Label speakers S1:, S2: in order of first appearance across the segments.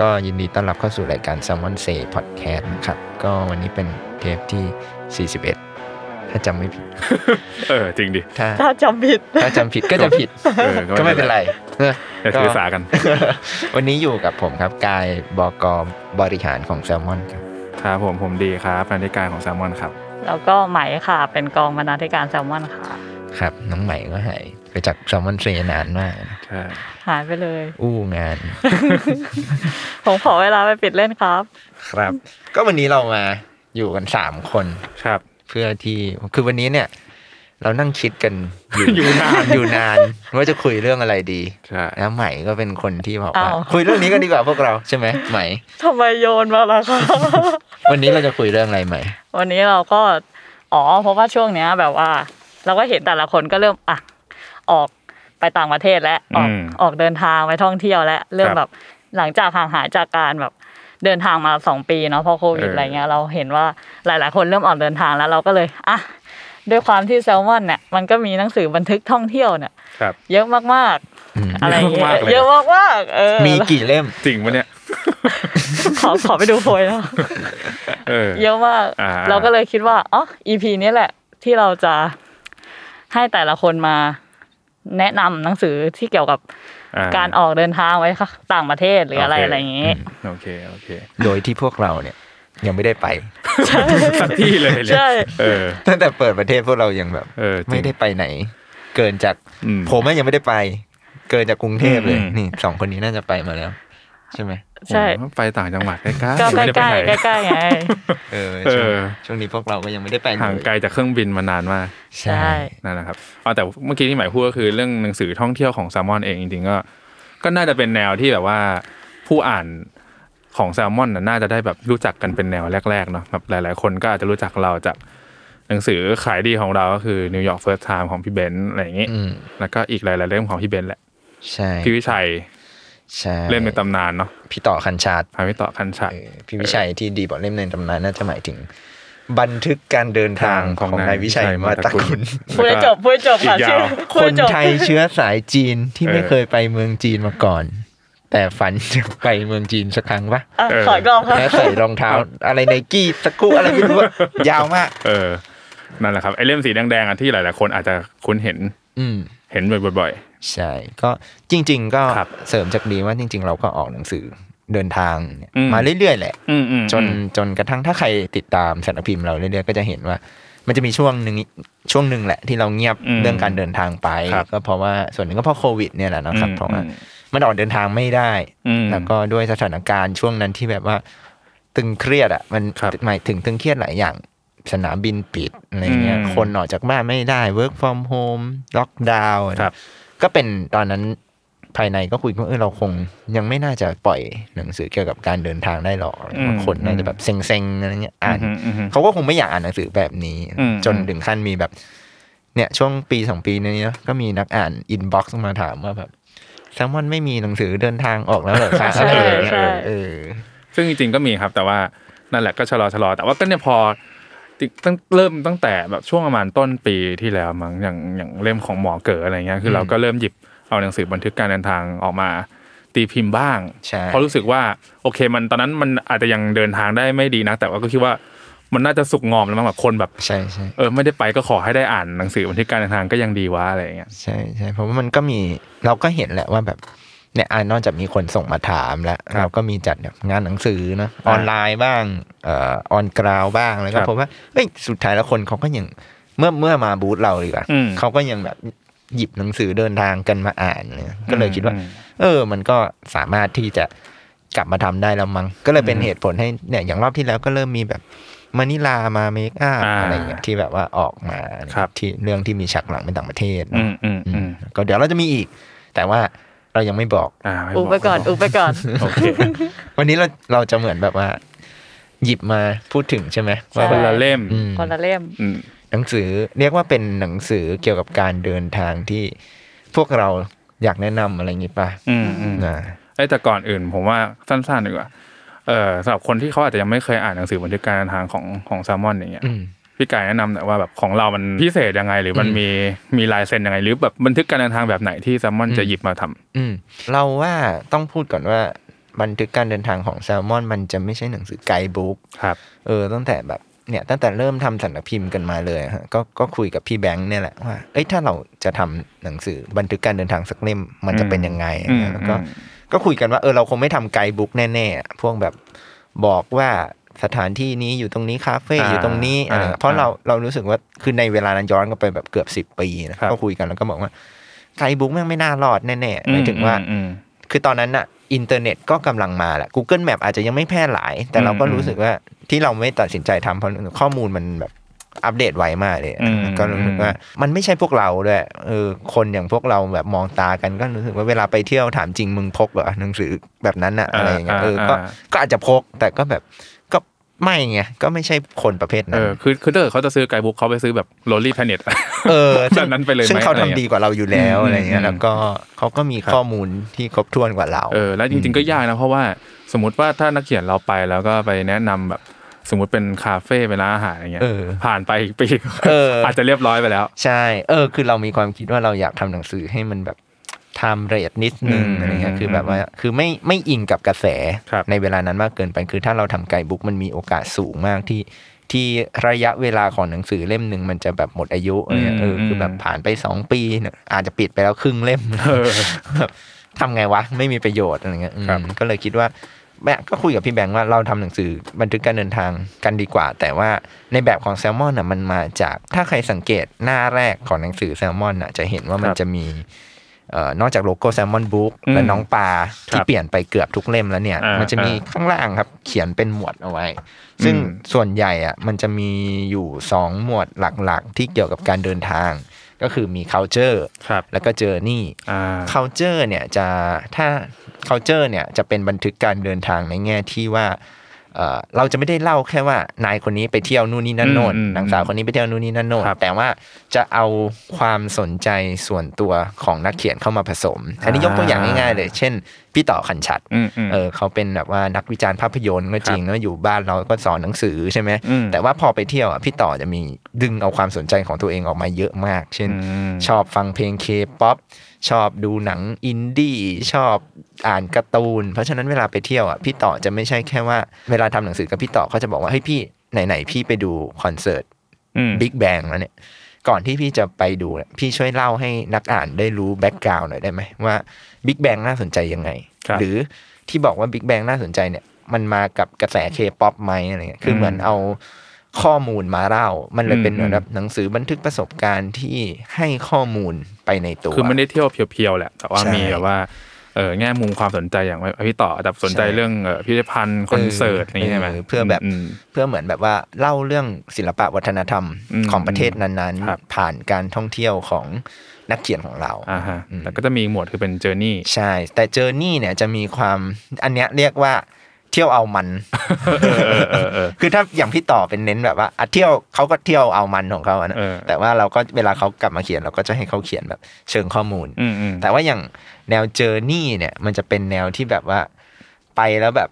S1: ก็ยินดีต้อนรับเข้าสู่รายการ s ซ l m o n Say Podcast นะครับ ก็วันนี้เป็นเทปที่ 41 ถ้าจำไม่ผิด
S2: เออจริงดิ
S1: ถ้า
S3: ถ้าจำผิด
S1: ถ้าจำผิดก็จะผิด
S2: เออก็
S1: ก็
S2: ไม่
S1: ไม่
S2: เป็
S1: เป็น
S2: น
S1: ไร
S2: ไร
S1: นะ
S2: อย่าถือสากัน
S1: วันนี้อยู่กับผมครับ กายบอกอมบริหารของ s ซ l m o n ครับ
S2: ครับผมผมดีครับบรรยการของแซลมอนครับ
S3: แล้วก็ไหมค่ะ เป็นกองบรรณาธิการแซลมอนค่ะ
S1: ครับ น้องใหม่ก็หายไปจาก s ซ l m o n Say นานมากนะ
S2: ใช่
S3: หายไปเลย
S1: อู้งาน
S3: ผมขอเวลาไปปิดเล่นครับ
S1: ครับ ก็วันนี้เรามาอยู่กัน 3 คน
S2: ครับ
S1: เพื่อที่คือวันนี้เนี่ย เรานั่งคิดกันอยู่
S2: อยู่นาน
S1: อยู่นานว่าจะคุยเรื่องอะไรดี
S2: ใช่
S1: แล้วใหม่ก็เป็นคนที่บอกว่า
S3: อ้าว
S1: คุยเรื่องนี้กันดีกว่าพวกเราใช่ไหมใหม่
S3: ทำไมโยนมาล่ะ คะ
S1: วันนี้เราจะคุยเรื่องอะไรใหม่
S3: วันนี้เราก็ อ๋อ เพราะว่าช่วงเนี้ยแบบว่า เราก็เห็นแต่ละคนก็เริ่มอ่ะออกไปต่างประเทศและออก
S2: อืม
S3: ออกเดินทางไปท่องเที่ยวและเริ่
S2: ค
S3: ม
S2: รับ
S3: แบบหลังจากห่างหายจากการแบบเดินทางมาสองปีเนาะเพราะโควิ
S2: เออ
S3: ด
S2: อ
S3: อะไรเงี้ยเราเห็นว่าหลาย ๆ คนเริ่มออกเดินทางแล้วเราก็เลยอ่ะด้วยความที่แซลมอนเนี่ยมันก็มีหนังสือบันทึกท่องเที่ยวเนี่ย
S2: ครับ
S3: เยอะมาก
S1: อืม
S3: ๆอะไรอย่างเงี้
S2: เยอะมาก
S3: ย
S2: เลย
S3: เยอะมากๆเออ
S1: มีกี่เล่ม
S2: จริงปะเนี่ย
S3: ขอขอไปดูโพยแล้ว
S2: เออ
S3: เยอะมาก
S2: อ่า
S3: เราก็เลยคิดว่า อ๋อ EP นี้แหละ ที่เราจะให้แต่ละคนมาแนะนำหนังสือที่เกี่ยวกับการออกเดินทางไว้ค่ะต่างประเทศหรืออะไร
S2: โค
S3: อะไรอย่างนี้
S2: โอเคโอเค
S1: โดยที่พวกเราเนี่ย ยังไม่ได้ไป
S2: สักที่เลยเนี่ย
S3: ใช่
S2: เออ
S1: ตั้งแต่เปิดประเทศพวกเรายังแบบ
S2: เออจริง
S1: ไม่ได้ไปไหน เกินจาก
S2: อืม
S1: ผมอะยังไม่ได้ไป เกินจากกรุงเทพเลย
S2: อืม
S1: นี่สองคนนี้น่าจะไปมาแล้ว ใช่ไหม
S3: ใช่
S2: โอ้โหไปต่างจังหวัดใกล้ๆ
S3: ก็ใก
S2: ไม่
S3: ล้
S2: ได้
S3: ใก
S2: ไป
S3: ล้
S2: ไหน
S3: ใกล้ๆไง
S1: เออ
S2: เออ
S1: ช่วงช่วงนี้พวกเราก็ยังไม่ได้ไป
S2: ห่างไกลจากเครื่องบินมานานมาก
S1: ใช่
S3: ใช่
S2: นั่นแหละครับอ๋อแต่เมื่อกี้ที่หมายพูดก็คือเรื่องหนังสือท่องเที่ยวของแซลมอนเองจริงๆก็ก็น่าจะเป็นแนวที่แบบว่าผู้อ่านของแซลมอนน่ะน่าจะได้แบบรู้จักกันเป็นแนวแรกๆเนาะแบบหลาย ๆ คนก็อาจจะรู้จักเราจากหนังสือขายดีของเราก็คือ New York First Time ของพี่เบนซ์อะไรอย่างงี้
S1: อืม
S2: แล้วก็อีกหลาย ๆ เล่มของพี่เบนซ์แหละ
S1: ใช่
S2: พี่วิชัย
S1: ใช่
S2: เล่มในตำนานเนาะ
S1: พี่ต่อคันชาต
S2: พาพี่ต่อคันชัย
S1: เออพี่วิชัยที่ดีบอกเล่มในตำนานน่าจะหมายถึง บันทึกการเดินทางของนายวิชัยมาตะกุล
S3: พูดให้จบพูดให้จบ
S2: อีก
S3: ค่ะ
S2: ยาว
S3: ชื่อพู
S1: ค
S3: ดให้
S1: น
S3: จบ
S1: ไท ยเชื้อสายจีนที่
S2: เออ
S1: ไม่เคยไปเมืองจีนมาก่อน แต่ฝันจะไปเมืองจีนสักครั้งปะ
S3: อ่ะขออีกรอบค่ะ
S1: แล้วใส่รองเท้า อะไรไนกี้สกรูอะไรไม่รู้อะ ยาวมาก
S2: เออ นั่นแหละครับไอเล่มสีแดงๆอ่ะที่หลาย ๆ คนอาจจะคุ้นเห็น
S1: อืม
S2: เห็นบ่อย
S1: ใช่ ก็จริง ๆ ก็
S2: ครับ
S1: เสริมจากดีว่าจริง ๆ เราก็ออกหนังสือเดินทางเนี่ย
S2: อืม
S1: มาเรื่อยๆแหละ
S2: ๆ อืมอืม
S1: จนจนกระทั่งถ้าใครติดตามสารพิมพ์เราเรื่อยๆก็จะเห็นว่า มันจะมีช่วงหนึ่งช่วงหนึ่งแหละที่เราเงียบ
S2: อืม
S1: เรื่องการเดินทางไป
S2: ครับ
S1: ก็เพราะว่าส่วนหนึ่งก็เพราะโควิดเนี่ยแหละเนาะครับ
S2: อืม
S1: เพราะว่า
S2: อืม
S1: มันออกเดินทางไม่ได้
S2: อืม
S1: แล้วก็ด้วยสถานการณ์ช่วงนั้นที่แบบว่า ตึงเครียดอ่ะมัน
S2: ครับ
S1: หมายถึงตึงเครียดหลายอย่าง สนามบินปิดอะไรเงี้ย
S2: อืม
S1: คนออกจากบ้านไม่ได้ work from home ล็อกดาวน์
S2: ครับ
S1: ก็เป็นตอนนั้นภายในก็คุยกันว่าเออเราคงยังไม่น่าจะปล่อยหนังสือเกี่ยวกับการเดินทางได้หรอกบางคนน่าจะแบบเซ็งๆอะไรเงี้ยอ่าน
S2: อืมอืมอืม
S1: เขาก็คงไม่อยากอ่านหนังสือแบบนี้
S2: อืม
S1: จนถึงขั้นมีแบบ เนี่ย ช่วงปีสองปีนี้นะก็มีนักอ่านอินบ็อกซ์มาถามว่าแบบแซมมอนไม่มีหนังสือเดินทางออกแล้วเหรอคะ
S3: ใช่
S1: อะไรอย่างเงี้ย
S3: ใช่
S1: เออ
S2: ซึ่งจริงๆก็มีครับ แต่ว่านั่นแหละก็ชะลอชะลอแต่ว่าก็เนี่ยพอ จ จริงตั้งเริ่มตั้งแต่แบบช่วงประมาณต้นปีที่แล้วมั้งอย่างอย่างเล่มของหมอเก๋ออะไรเงี้ยคือเราก็เริ่มหยิบเอาหนังสือบันทึกการเดินทางออกมา ตีพิมพ์บ้าง
S1: ใช่
S2: เพราะรู้สึกว่าโอเคมันตอนนั้นมันอาจจะยังเดินทางได้ไม่ดีนะ แต่ว่าก็คิดว่ามันน่าจะสุกงอมแล้วมั้งแบบคนแบบ
S1: ใช่ใช่
S2: เออไม่ได้ไปก็ขอให้ได้อ่านหนังสือบันทึกการเดินทางก็ยังดีวะอะไรอย่างเงี้ย
S1: ใช่ใช่เพราะว่ามันก็มีเราก็เห็นแหละว่าแบบเนี่ยอ่านอกจากมีคนส่งมาถามแล้ว
S2: ครับ
S1: เราก็มีจัดแบบงานหนังสือเนอะออนไลน์บ้างเอ่อออนกราวบ้างแล้วก็
S2: ครับ
S1: พบว่าเฮ้ยสุดท้ายแล้วคนเขาก็ยังเมื่อเมื่อมาบูธเราดีกว่า
S2: อืม
S1: เขาก็ยังแบบหยิบหนังสือเดินทางกันมาอ่านเนี่ยก็เลยคิดว่า
S2: อืม
S1: เออ มันก็สามารถที่จะกลับมาทำได้แล้วมั้งก็เลยเป็นเหตุผลให้เนี่ยอย่างรอบที่แล้วก็เริ่มมีแบบมานิลามาเมกอัพ
S2: อ่า
S1: อะไรเงี้ยที่แบบว่าออกมาเนี่ย
S2: ครับ
S1: ที่เรื่องที่มีฉากหลังเป็นต่างประเทศเนอะ
S2: อืมอืมอืม
S1: ก็เดี๋ยวเราจะมีอีก แต่ว่าเรายังไม่บอก
S2: อ่าม่บ
S3: อุบไปก่อนอุบไปก่อน
S2: โอเค
S1: วันนี้เราเราจะเหมือนแบบว่า หยิบมาพูดถึงใช่ไหมว่า
S2: ค
S1: แบ
S2: น
S1: บ
S2: ละเล่ม
S1: อืม
S3: คนละเล่ม
S2: อืม
S1: หนังสือเรียกว่าเป็นหนังสือเกี่ยวกับการเดินทางที่พวกเราอยากแนะนำอะไรอย่างนี้ป่ะ
S2: อืมอืม
S1: นะ
S2: ไอ้ยแต่ก่อนอื่นผมว่าสั้นๆดีกว่าเออสำหรับคนที่เขาอาจจะยังไม่เคยอ่านหนังสือบันทึกการเดินทางของของแซลมอนอย่างเงี้ย
S1: อืม
S2: พี่กายแนะนำหน่อยว่าแบบของเรามันพิเศษยังไง หรือมัน
S1: อืม
S2: มีมีลายเซ็นยังไง หรือแบบบันทึกการเดินทางแบบไหนที่แซลมอน
S1: อืม
S2: จะหยิบมาทำ
S1: อืมเราว่าต้องพูดก่อนว่าบันทึกการเดินทางของแซลมอน มันจะไม่ใช่หนังสือไกด์บุ๊ก
S2: ครับ
S1: เออตั้งแต่แบบเนี่ยตั้งแต่เริ่มทำสันกพิมพ์กันมาเลยฮะก็ก็คุยกับพี่แบงค์เนี่ยแหละว่าเอ้ยถ้าเราจะทำหนังสือบันทึกการเดินทางสักเล่มมันจะเป็นยังไง
S2: อืม
S1: นะแล้วก็
S2: อืม
S1: ก็คุยกันว่าเออเราคงไม่ทำไกด์บุ๊กแน่ๆอะพวกแบบบอกว่าสถานที่นี้อยู่ตรงนี้คาเฟ่อยู่ตรงนี้
S2: อ่า
S1: อะไร
S2: อ่า
S1: เพราะเราเรารู้สึกว่าคือในเวลานั้นย้อนกลับไปแบบเกือบสิบปีนะครับ ก็คุยกันแล้วก็บอกว่าไกด์บุ๊กแม่งไม่น่ารอดแน่ๆหมายถึงว่า
S2: อืม
S1: คือตอนนั้นน่ะอินเทอร์เน็ตก็กำลังมาแหละ Google Map อาจจะยังไม่แพร่หลาย แต่เราก็
S2: อืม
S1: รู้สึกว่าที่เราไม่ตัดสินใจทำเพราะข้อมูลมันแบบอัปเดตไวมากเลย
S2: อืม
S1: ก็รู้สึกว่ามันไม่ใช่พวกเราด้วยเออคนอย่างพวกเราแบบมองตากันก็รู้สึกว่าเวลาไปเที่ยวถามจริงมึงพกเหรอหนังสือแบบนั้นน่ะอะไรอย่างเงี้ยเออก็ก็อาจจะพกแต่ก็แบบก็ไม่ไงก็ไม่ใช่คนประเภท
S2: เอ
S1: นั้น
S2: อคือคือถ้าเกิดเขาจะซื้อไกด์บุ๊กเขาไปซื้อแบบโรลลี่แพเน็ต
S1: เออ
S2: แบบนั้นไปเลยไหม
S1: ซึ่งเขา
S2: อะไร
S1: ทำ
S2: เงี้ย
S1: ดีกว่าเราอยู่แล้วอะไรเงี้
S2: อื
S1: ย
S2: ม
S1: แล้วก็เขาก็มี
S2: ครับ
S1: ข้อมูลที่ครบถ้วนกว่าเรา
S2: เออแล้วจริงๆก็ยากนะเพราะว่าสมมติว่าถ้านักเขียนเราไปแล้วก็ไปแนะนำแบบสมมติเป็นคาเฟ่เป็นร้านอาหารอย่างเงี้ย
S1: เออ
S2: ผ่านไปอีกปี
S1: เอออ
S2: อาจจะเรียบร้อยไปแล้ว
S1: ใช่ เออ คือเรามีความคิดว่าเราอยากทำหนังสือให้มันแบบทำเรทนิดนึง
S2: อืม
S1: อะไรเงี้ย
S2: อืม
S1: คือแบบว่า คือไม่ไม่อิงกับกระแส
S2: ครับ
S1: ในเวลานั้นมากเกินไป คือถ้าเราทำไกด์บุ๊กมันมีโอกาสสูงมากที่ที่ระยะเวลาของหนังสือเล่มหนึ่งมันจะแบบหมดอายุอะไรเงี้ย เออ คือแบบผ่านไปสองปีเนี่ยอาจจะปิดไปแล้วครึ่งเล่ม แบบ ทำไงวะ ไม่มีประโยชน์อะไรเงี้ยอืม
S2: ครับ
S1: ก็เลยคิดว่าแม่ก็คุยกับพี่แบงค์ว่าเราทำหนังสือบันทึกการเดินทางกันดีกว่า แต่ว่าในแบบของแซลมอนน่ะมันมาจากถ้าใครสังเกตหน้าแรกของหนังสือแซลมอนน่ะจะเห็นว่ามันจะมีเอ่อนอกจากโลโก้แซลมอนบุ๊ก
S2: อืม
S1: และน้องปลาที่
S2: ครับ
S1: เปลี่ยนไปเกือบทุกเล่มแล้วเนี่ย
S2: อ่ามั
S1: มันจะมีข้างล่างครับ เขียนเป็นหมวดเอาไว้ ซึ่ง
S2: อืม
S1: ส่วนใหญ่อ่ะมันจะมีอยู่สองหมวดหลักๆ ที่เกี่ยวกับการเดินทาง ก็คือมี culture
S2: ครับ
S1: แล้วก็ journey
S2: อ่า
S1: culture เนี่ยจะถ้า culture เนี่ยจะเป็นบันทึกการเดินทางในแง่ที่ว่าเอ่อเราจะไม่ได้เล่าแค่ว่านายคนนี้ไปเที่ยวนู่นนี่นั่นโน่น
S2: อืมอืม
S1: นางสาวคนนี้ไปเที่ยวนู่นนี่นั่นโน่น
S2: ครับ
S1: แต่ว่าจะเอาความสนใจส่วนตัวของนักเขียนเข้ามาผสม อันนี้ยกตัวอย่างง่ายๆเลย เช่น พี่ต่อขันชัด
S2: อืมอืม
S1: เออเขาเป็นแบบว่านักวิจารณ์ภาพยนตร์ก็จริงแล้วอยู่บ้านเราก็สอนหนังสือใช่ไหม
S2: อืม
S1: แต่ว่าพอไปเที่ยวอ่ะพี่ต่อจะมีดึงเอาความสนใจของตัวเองออกมาเยอะมาก เช่น
S2: อืม
S1: ชอบฟังเพลงเคป๊อปชอบดูหนังอินดี้ชอบอ่านการ์ตูน เพราะฉะนั้นเวลาไปเที่ยวอ่ะพี่ต่อจะไม่ใช่แค่ว่า เวลาทำหนังสือกับพี่ต่อเขาจะบอกว่าเฮ้ยพี่ไหนๆพี่ไปดูคอนเสิร์ต
S2: อืม
S1: บิ๊กแบงแล้วเนี่ยก่อนที่พี่จะไปดูเนี่ยพี่ช่วยเล่าให้นักอ่านได้รู้แบ็กกราวน์หน่อยได้ไหมว่าบิ๊กแบงน่าสนใจยังไง
S2: ครับ
S1: หรือที่บอกว่าบิ๊กแบงน่าสนใจเนี่ยมันมากับกระแสเคป๊อปไหมอะไรเงี้ยคือเหมือนเอา ข้อมูลมาเล่า มันเลยเป็น
S2: อืม
S1: เหมือนแบบหนังสือบันทึกประสบการณ์ที่ให้ข้อมูลไปในตัว
S2: คือไม่ได้เที่ยวเพียวๆแหละ แต่ว่า
S1: ใช่
S2: มีแบบว่าเออแง่มุมความสนใจอย่างว่าพี่ต่อแบบสนใจ
S1: ใช่
S2: เรื่องเอ่อพิพิธภัณฑ์คอนเสิร์ต
S1: เออ
S2: นี่ใช่ไหม
S1: เออเพื่อแบบ
S2: ม
S1: เพื่อเหมือนแบบว่าเล่าเรื่องศิลปะวัฒนธรรม
S2: อืม
S1: ของประเทศนั้น
S2: ครับ
S1: ๆ ผ่านการท่องเที่ยวของนักเขียนของเรา
S2: อ่าฮะ
S1: อืม
S2: แล้วก็จะมีหมวดคือเป็นเจอร์นี่
S1: ใช่ แต่เจอร์นี่เนี่ยจะมีความอันเนี้ยเรียกว่าเที่ยวเอามัน คือถ้าอย่างพี่ต่อเป็นเน้นแบบว่าอ่ะเที่ยวเขาก็เที่ยวเอามันของเขาอะนะ
S2: เออ
S1: แต่ว่าเราก็เวลาเขากลับมาเขียนเราก็จะให้เขาเขียนแบบเชิงข้อมูล
S2: อืมอืม
S1: แต่ว่าอย่างแนวเจอร์นี่เนี่ย มันจะเป็นแนวที่แบบว่าไปแล้วแบบ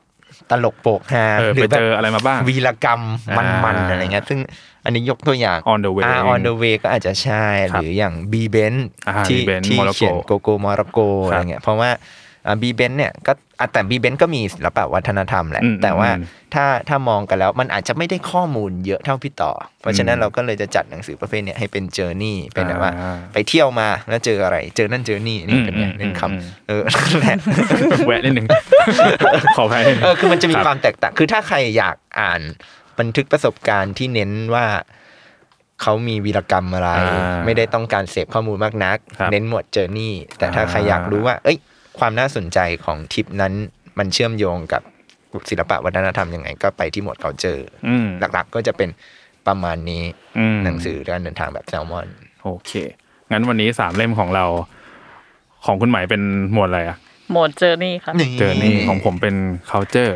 S1: ตลกโปกฮา
S2: เออ
S1: หรือแบ
S2: ไป
S1: บ
S2: เจออะไรมาบ้าง
S1: วีรกรรม
S2: อ่า
S1: มันๆอะไรเงี้ยซึ่ง อันนี้ยกตัวอย่าง
S2: on the way
S1: อ่า on the way ก็อาจจะใช่
S2: ครั
S1: ห
S2: บ
S1: รืออย่าง b b e n
S2: อ่า
S1: ที่
S2: B-Benz
S1: ที่
S2: Morocco
S1: เขียนโกโกมอรโกอะไรเงี้ยเพราะว่าบีเบนเนี่ยก็อ่ะแต่บีเบนก็มีศิลปะวัฒนธรรมแหละ
S2: อืม
S1: แต่ว่า
S2: อืม
S1: ถ้าถ้ามองกันแล้วมันอาจจะไม่ได้ข้อมูลเยอะเท่าพี่ต่อ เพราะฉะนั้น
S2: อืม
S1: เราก็เลยจะจัดหนังสือประเภทเนี้ยให้เป็นเจอร์นี่เป็นแบบว่า
S2: อ่า
S1: ไปเที่ยวมาแล้วเจออะไรเจอนั่นเจอนี่นี่เป็นเนี่ย
S2: อืม
S1: เล่นค
S2: อืม
S1: ำเออ นั่นแหละ
S2: แวะนิดหนึ่ง ขอแวะนิดหนึ่ง
S1: เออคือมันจะมี
S2: ครับ
S1: ความแตกต่าง คือถ้าใครอยากอ่านบันทึกประสบการณ์ที่เน้นว่าเขามีวีรกรรมอะไร
S2: อ่า
S1: ไม่ได้ต้องการเสพข้อมูลมากนัก
S2: ครับ
S1: เน้นหมวดเจอร์นี่ แต่ถ้าใคร
S2: อ่า
S1: อยากรู้ว่า เอ้ย ความน่าสนใจของทริปนั้น มันเชื่อมโยงกับศิลปะวัฒนธรรมยังไง ก็ไปที่หมวดเขาเจอ
S2: อืม
S1: หลักๆ ก็จะเป็นประมาณนี้
S2: อืม
S1: หนังสือการเดินทางแบบแซลมอน
S2: โอเค งั้นวันนี้สามเล่มของเรา ของคุณหมายเป็นหมวดอะไรอะ
S3: โหมดเจอร์นี่ค่ะ
S2: เจอนี่ของผมเป็น culture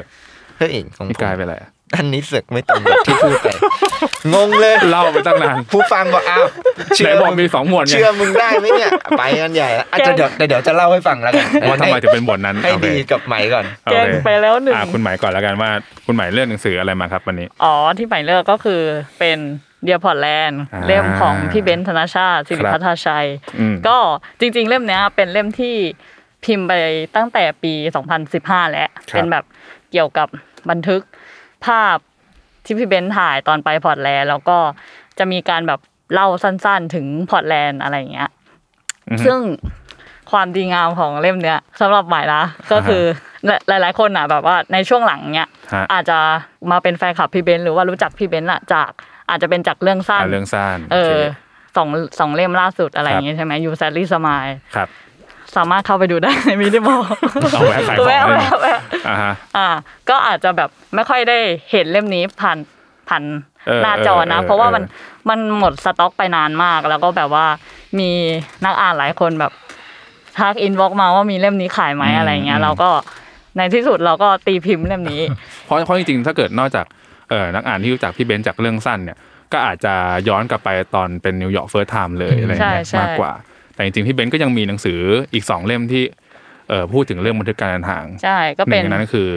S1: เฮ้ยของ
S2: พี่
S1: ผม
S2: กายเป็นอะไรอะ
S1: อันนี้เสึกไม่ตรงกับที่พูดไป งงเลย
S2: เล่าไปตั้งนาน
S1: ผู้ฟังบอกอ้าว
S2: ไหนบอกมีสองหมวดไง
S1: เชื่อมึงได้ไหมเนี่ย ไปกันใหญ่ละอ่ะเดี๋ยวเดี๋ยวเดี๋ยวจะเล่าให้ฟังแล้วกัน
S2: ว่าทำไมถึงเป็นหมวดนั้น
S1: ให้
S2: โอเค
S1: ดีกับไหมก่อน
S2: โอเค
S3: แกล้งไปแล้วหนึ่ง
S2: อ่ะคุณหมายก่อนแล้วกันว่า คุณหมายเลือกหนังสืออะไรมาครับวันนี้
S3: อ๋อที่หมายเลือกก็คือเป็นเดียพอร์แลนด์
S2: อ่า
S3: เล่มของพี่เบนซ์ธนชาติสิริพัฒนาชัย
S2: อืม
S3: ก็จริงๆ เล่มเนี้ยเป็นเล่มที่พิมพ์ไปตั้งแต่ปี 2015 แล้ว เป็นแบบเกี่ยวกับบันทึกภาพที่พี่เบนซ์ถ่ายตอนไปพอร์ตแลนด์แล้วก็จะมีการแบบเล่าสั้นๆ ถึงพอร์ตแลนด์อะไรอย่างเงี้ย ซึ่งความดีงามของเล่มเนี้ยสำหรับหมายนะก็คือหลายๆ คนอ่ะแบบว่าในช่วงหลังเนี้ย
S2: ฮะ
S3: อาจจะมาเป็นแฟนคลับพี่เบนซ์หรือว่ารู้จักพี่เบนซ์อะจากอาจจะเป็นจากเรื่องสั้น
S2: อ่ะเรื่องสั้น
S3: เอ
S2: โค
S3: อสองสองเล่มล่าสุดอะไร
S2: ค
S3: อ
S2: รับ
S3: ย่างเงี้ยใช่ไหมยูแซลลี่สมาย
S2: ครับ
S3: สามารถเข้าไปดูได้ในมินิมอล
S2: เอาแวะขายของ
S3: แวะ
S2: เลย
S3: แวะ
S2: นะ
S3: แวะ
S2: อ่าฮะ
S3: อ่า ก็อาจจะแบบไม่ค่อยได้เห็นเล่มนี้ผ่านผ่าน
S2: เออ
S3: หน้าจอ
S2: เออเอ
S3: นะ
S2: อ
S3: เพราะว่า
S2: เออ
S3: มันมันหมดสต็อกไปนานมาก แล้วก็แบบว่ามีนักอ่านหลายคนแบบทักอินบ็อกมาว่ามีเล่มนี้ขายไหมอะไรเงี้ยเราก็ในที่สุดเราก็ตีพิมพ์เล่มนี้
S2: เพราะเพราะจริงๆ ถ้าเกิดนอกจากเออนักอ่านที่รู้จักพี่เบนซ์จากเรื่องสั้นเนี่ย ก็อาจจะย้อนกลับไปตอนเป็นนิวยอร์กเฟิร์สไทม์เลยอะไรอย่างเงี้ย
S3: ใช่ใช่
S2: มากกว่า แต่จริงๆ พี่เบนซ์ก็ยังมีหนังสืออีกสองเล่มที่เออพูดถึงเรื่องบันทึกการเดินทาง
S3: ใช่ก็
S2: ห
S3: เป็
S2: นึ่
S3: น
S2: งในนั้นคือ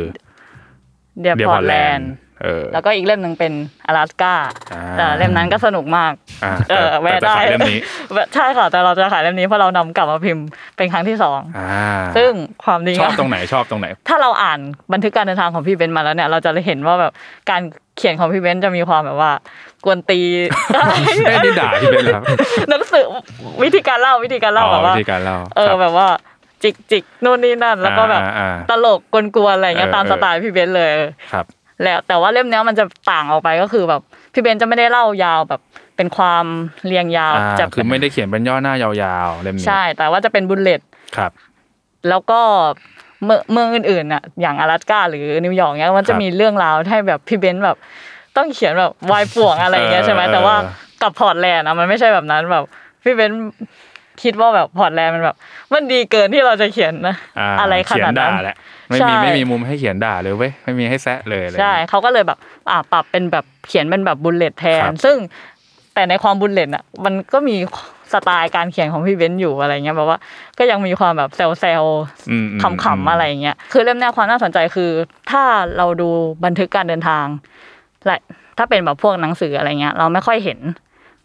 S3: เดีย
S2: Dear
S3: พอร์ตแลน
S2: Portland
S3: ด์
S2: เออ
S3: แล้วก็อีกเล่มหนึ่งเป็นอลาสก้า
S2: อ่า
S3: แต่เล่มนั้นก็สนุกมาก
S2: อ่า
S3: เออ
S2: แต่
S3: แวะ
S2: แต่
S3: ได้
S2: ขายเล่มนี้
S3: ใช่ค่ะแต่เราจะขายเล่มนี้เพราะเรานำกลับมาพิมพ์เป็นครั้งที่สอง
S2: อ่า
S3: ซึ่งความดี
S2: ชอบ
S3: งาม
S2: ตรงไหนชอบตรงไห น
S3: ถ้าเราอ่านบันทึกการเดินทางของพี่เบนซ์มาแล้วเนี่ยเราจะเห็นว่าแบบการเขียนของพี่เบนซ์จะมีความแบบว่ากวนตี
S2: ไม่ได้ด่าพี่เบนซ์เหรอครับ
S3: หนังสือวิธีการเล่าวิธีการเล่า
S2: อ๋อ
S3: แบบ
S2: วิ
S3: ว่า
S2: ธีการเล่า
S3: เออ
S2: ครับ
S3: แบบว่าจิกจิกๆนู่นนี่นั่น แล้วก็แบบ
S2: อ่าอ่า
S3: ตลกกวนๆอะไรอย่างเงี้ย
S2: เออ
S3: ตาม
S2: เออ
S3: สไตล์พี่เบนซ์เลย
S2: ครับ
S3: แล้วแต่ว่าเล่มเนี้ยมันจะต่างออกไปก็คือแบบพี่เบนจะไม่ได้เล่ายาวแบบเป็นความเรียงยาว
S2: อ่า
S3: จะ
S2: คือไม่ได้เขียนเป็นย่อหน้ายาวๆเล่มนี้
S3: ใช่ แต่ว่าจะเป็นบุลเลต
S2: ครับ
S3: แล้วก็เมืองเมืองอื่นๆน่ะอย่างอลาสก้าหรือนิวยอร์กเนี้ยมันจะ
S2: ครับ
S3: มีเรื่องราวให้แบบพี่เบนแบบต้องเขียนแบบวายป่วงอะไรอย่างเงี้ยใช่ไหม
S2: เออเออ
S3: แต่ว่ากับพอร์ตแลนด์อะมันไม่ใช่แบบนั้นแบบพี่เบนคิดว่าแบบพอร์ตแลนด์มันแบบ มันดีเกินที่เราจะเขียนนะ
S2: อา
S3: อะไรข
S2: เขีย
S3: นาด
S2: น
S3: นั้
S2: ด่าน แหละไม่
S3: ใช่
S2: มีไม่มีมุมให้เขียนด่าเลยเว้ยไม่มีให้แซะเลยอะไรอย่าง
S3: ใช่
S2: เงี้ย
S3: เขาก็เลยแบบอ่าปรับเป็นแบบเขียนเป็นแบบบุลเลตแทน
S2: ครับ
S3: ซึ่งแต่ในความบุลเลตอ่ะมันก็มีสไตล์การเขียนของพี่เบนซ์อยู่อะไรเงี้ยแบบว่าก็ยังมีความแบบเซลเซล
S2: อืมอืม
S3: ขำๆอะไรเงี้ยคือเล่มเนี้ยความน่าสนใจคือ ถ้าเราดูบันทึกการเดินทางและถ้าเป็นแบบพวกหนังสืออะไรเงี้ย เราไม่ค่อยเห็น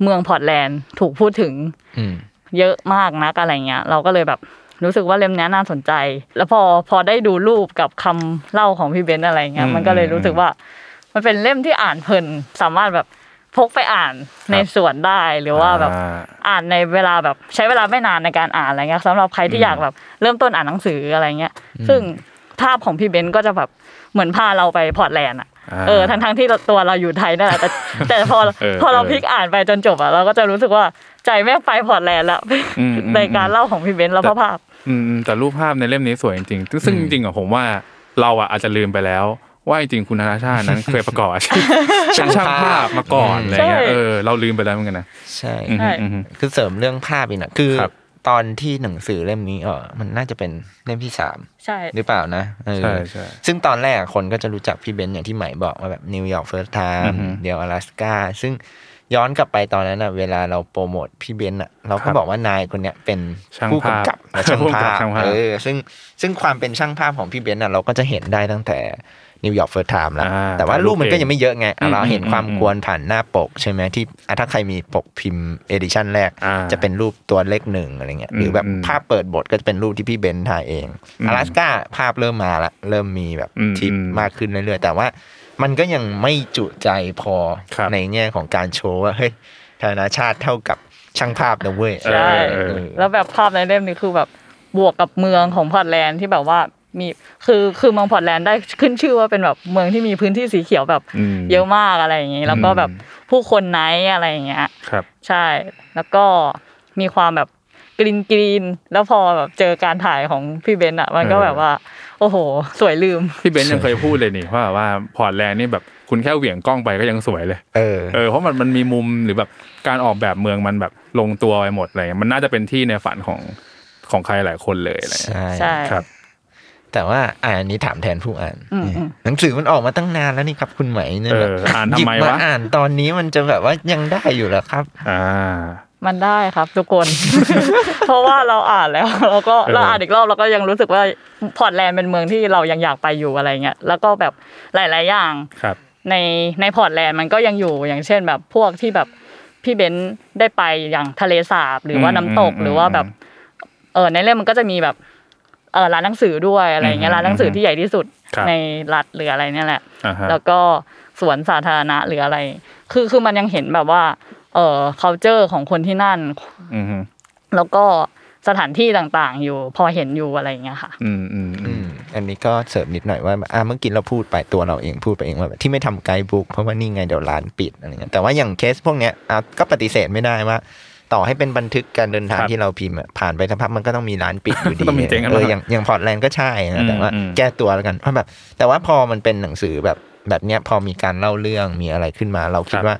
S3: เมืองพอร์ตแลนด์ถูกพูดถึง
S1: อืม
S3: เยอะมากนักอะไรเงี้ยเราก็เลยแบบรู้สึกว่าเล่มเนี้ยน่าสนใจ แล้วพอพอได้ดูรูปกับคำเล่าของพี่เบนซ์อะไรเงี้ย
S2: อืม
S3: มันก็เลยรู้สึกว่า มันเป็นเล่มที่อ่านเพลินสามารถแบบพกไปอ่านในสวนได้หรือว่าแบบ
S2: อ่า
S3: อ่านในเวลาแบบใช้เวลาไม่นานในการอ่านอะไรเงี้ยสำหรับใครที่อยากแบบเริ่มต้นอ่านหนังสืออะไรเงี้ย ซึ่งภาพของพี่เบนซ์ก็จะแบบเหมือนพาเราไปพอร์ตแลนด์อะ
S2: อ่า
S3: เออทั้งทั้งๆที่ตัวเราอยู่ไทยนั่นแหละ แต่แต่พอ
S2: เออ
S3: พอเรา
S2: เออ
S3: พลิกอ่านไปจนจบอะเราก็จะรู้สึกว่าใจแม่งไปพอร์ตแลนด์ละ
S2: อืมอืม
S3: ในการเล่าของพี่เบนซ์แล้วก็ภาพ
S2: อืมแต่รูปภาพในเล่มนี้สวยจริงๆซึ่งซึ่งจริงๆอะผมว่าเราอะอาจจะลืมไปแล้ว ว่าจริงๆคุณธนาชาตินั้น เคยประกอบอาชีพเ ป็นช่างภาพมาก่อน
S1: อืม
S2: อะไรเงี้ย
S3: ใช่
S2: เออเราลืมไปแล้วเหมือนกันนะ
S1: ใช่
S2: อืม
S3: ใช่
S2: อืมอืม
S1: คือเสริมเรื่องภาพอีกนะคือ
S2: ครับ
S1: ตอนที่หนังสือเล่มนี้เออมันน่าจะเป็นเล่มที่สาม
S3: ใช่
S1: หรือเปล่านะเออ
S2: ใช่ใช่
S1: ซึ่งตอนแรกคนก็จะรู้จักพี่เบนซ์อย่างที่ไหมายบอกว่าแบบนิวยอร์กเฟิร์สไท
S2: อือ
S1: ม์
S2: ฮึ
S1: เดียวอลาสกาซึ่งย้อนกลับไปตอนนั้นนะเวลาเราโปรโมทพี่เบนซ์อ่ะเรา
S2: ค
S1: ก็
S2: รับ
S1: บอกว่านายคนเนี้ยเป็น
S2: ช่าง
S1: ผู้กำกับ
S2: ภาพ
S1: และช่าง
S2: ผู้กำกับ
S1: ภาพ
S2: ช่างภาพ
S1: เออซึ่งซึ่งความเป็นช่างภาพของพี่เบนซ์อ่ะเราก็จะเห็นได้ตั้งแต่ นิวยอร์กเฟิร์สไทม์แล้ว
S2: อ่า
S1: แต่ว่ารูปมันก็ยังไม่เยอะไงอ่ะเราเห็น
S2: อืม
S1: ความ
S2: อืม
S1: กวนผ่านหน้าปกใช่ไหมที่อ่ะถ้าใครมีปกพิมพ์เอดิชันแรก
S2: อ่า
S1: จะเป็นรูปตัวเลขหนึ่งอะไรเงี้ย
S2: อืม
S1: หรือแบบ
S2: อืม
S1: ภาพเปิดบทก็จะเป็นรูปที่พี่เบนซ์ถ่ายเอง
S2: อืม
S1: 阿拉สก้าภาพเริ่มมาละเริ่มมีแบบ
S2: อืม
S1: ทิป
S2: อืม
S1: มากขึ้นเรื่อยๆแต่ว่ามันก็ยังไม่จุใจพอ
S2: ครับ
S1: ในแง่ของการโชว์ว่าเฮ้ยธนาชาติเท่ากับช่างภาพนะเว้ย
S2: ใช่
S1: เออ
S3: แล้วแบบภาพในเล่มนี้คือแบบบวกกับเมืองของพอร์ตแลนด์ที่แบบว่ามีคือคือเมืองพอร์ตแลนด์ได้ขึ้นชื่อว่าเป็นแบบเมืองที่มีพื้นที่สีเขียวแบบ
S2: อืม
S3: เยอะมากอะไรอย่างนี้ แล้วก็แบบ
S2: อืม
S3: ผู้คนไนท์อะไรอย่างเงี้ย
S2: ครับ
S3: ใช่ แล้วก็มีความแบบกรีนกรีน แล้วพอแบบเจอการถ่ายของพี่เบนซ์อ่ะ มันก็
S2: เออ
S3: แบบว่า โอ้โห สวยลืม
S2: พี่เบนซ์ยังเคยพูดเลยนี่ว่าว่าพอร์ตแลนด์นี่แบบคุณแค่เหวี่ยงกล้องไปก็ยังสวยเลย
S1: เออ
S2: เออเพราะมันมันมีมุมหรือแบบการออกแบบเมืองมันแบบลงตัวไปหมดอะไรเงี้ยมันน่าจะเป็นที่ในฝันของของใครหลายคนเลยอะไรเงี้ย
S1: ใช่
S3: ใช่
S2: ครับ
S1: แต่ว่าอ่านนี้ถามแทนผู้อ่าน
S3: อืมอืม
S1: หนังสือมันออกมาตั้งนานแล้วนี่ครับ คุณไหมเนี่ย
S2: เอ
S1: แบบ
S2: ออ่านทำ
S1: หยิบ
S2: ไม
S1: มาว
S2: ะ
S1: อ่านตอนนี้มันจะแบบว่ายังได้อยู่เหรอครับ
S2: อ่า
S3: มันได้ครับทุกคน เพราะว่าเราอ่านแล้ว เราก็
S2: เออ
S3: เราอ่านอีกรอบเราก็ยังรู้สึกว่าพอร์ตแลนด์เป็นเมืองที่เรายังอยากไปอยู่อะไรเงี้ยแล้วก็แบบหลาย ๆ อย่าง
S2: ครับ
S3: ในในพอร์ตแลนด์มันก็ยังอยู่อย่างเช่นแบบพวกที่แบบพี่เบนซ์ได้ไปอย่างทะเลสาบหรือว่าน้ำตกหรือว่าแบบ เออในเล่มมันก็จะมีแบบเออร้านหนังสือด้วยอะไรเงี้ย
S2: อืม
S3: ร้านหนังสือที่ใหญ่ที่สุด
S2: ครับ
S3: ในรัฐหรืออะไรเนี่ยแหละ
S2: อ่าฮะ
S3: แล้วก็สวนสาธารณะหรืออะไร คือคือมันยังเห็นแบบว่า เออ culture ของคนที่นั่น
S2: อืมฮึ
S3: แล้วก็สถานที่ต่างๆ อยู่ พอเห็นอยู่อะไรอย่างเงี้ยค่ะ
S2: อืมอืม
S1: อื
S2: อืม
S1: มอันนี้ก็เสริมนิดหน่อยว่าอ่าเมื่อกี้เราพูดไปตัวเราเองพูดไปเองว่าแบบที่ไม่ทำไกด์บุ๊กเพราะว่านี่ไงเดี๋ยวร้านปิดอะไรเงี้ยแต่ว่าอย่างเคสพวกเนี้ยอ่ะก็ปฏิเสธไม่ได้ว่า ต่อให้เป็นบันทึกการเดินทาง
S2: ครับ
S1: ที่เราพิมพ์อะผ่านไปสักพักมันก็ต้องมีร้าน ปิดอยู่ดี
S2: ก็ต้องมีเจ๊งกัน
S1: เอ
S2: บ้าง
S1: ออย่างอย่างพอร์ตแลนด์ก็ใช่นะแต่ว่า
S2: อืมอืม
S1: แก้ตัวแล้วกันว่าแบบแต่ว่าพอมันเป็นหนังสือแบบแบบเนี้ยพอมีการเล่าเรื่องมีอะไรขึ้นมา เราคิดว่า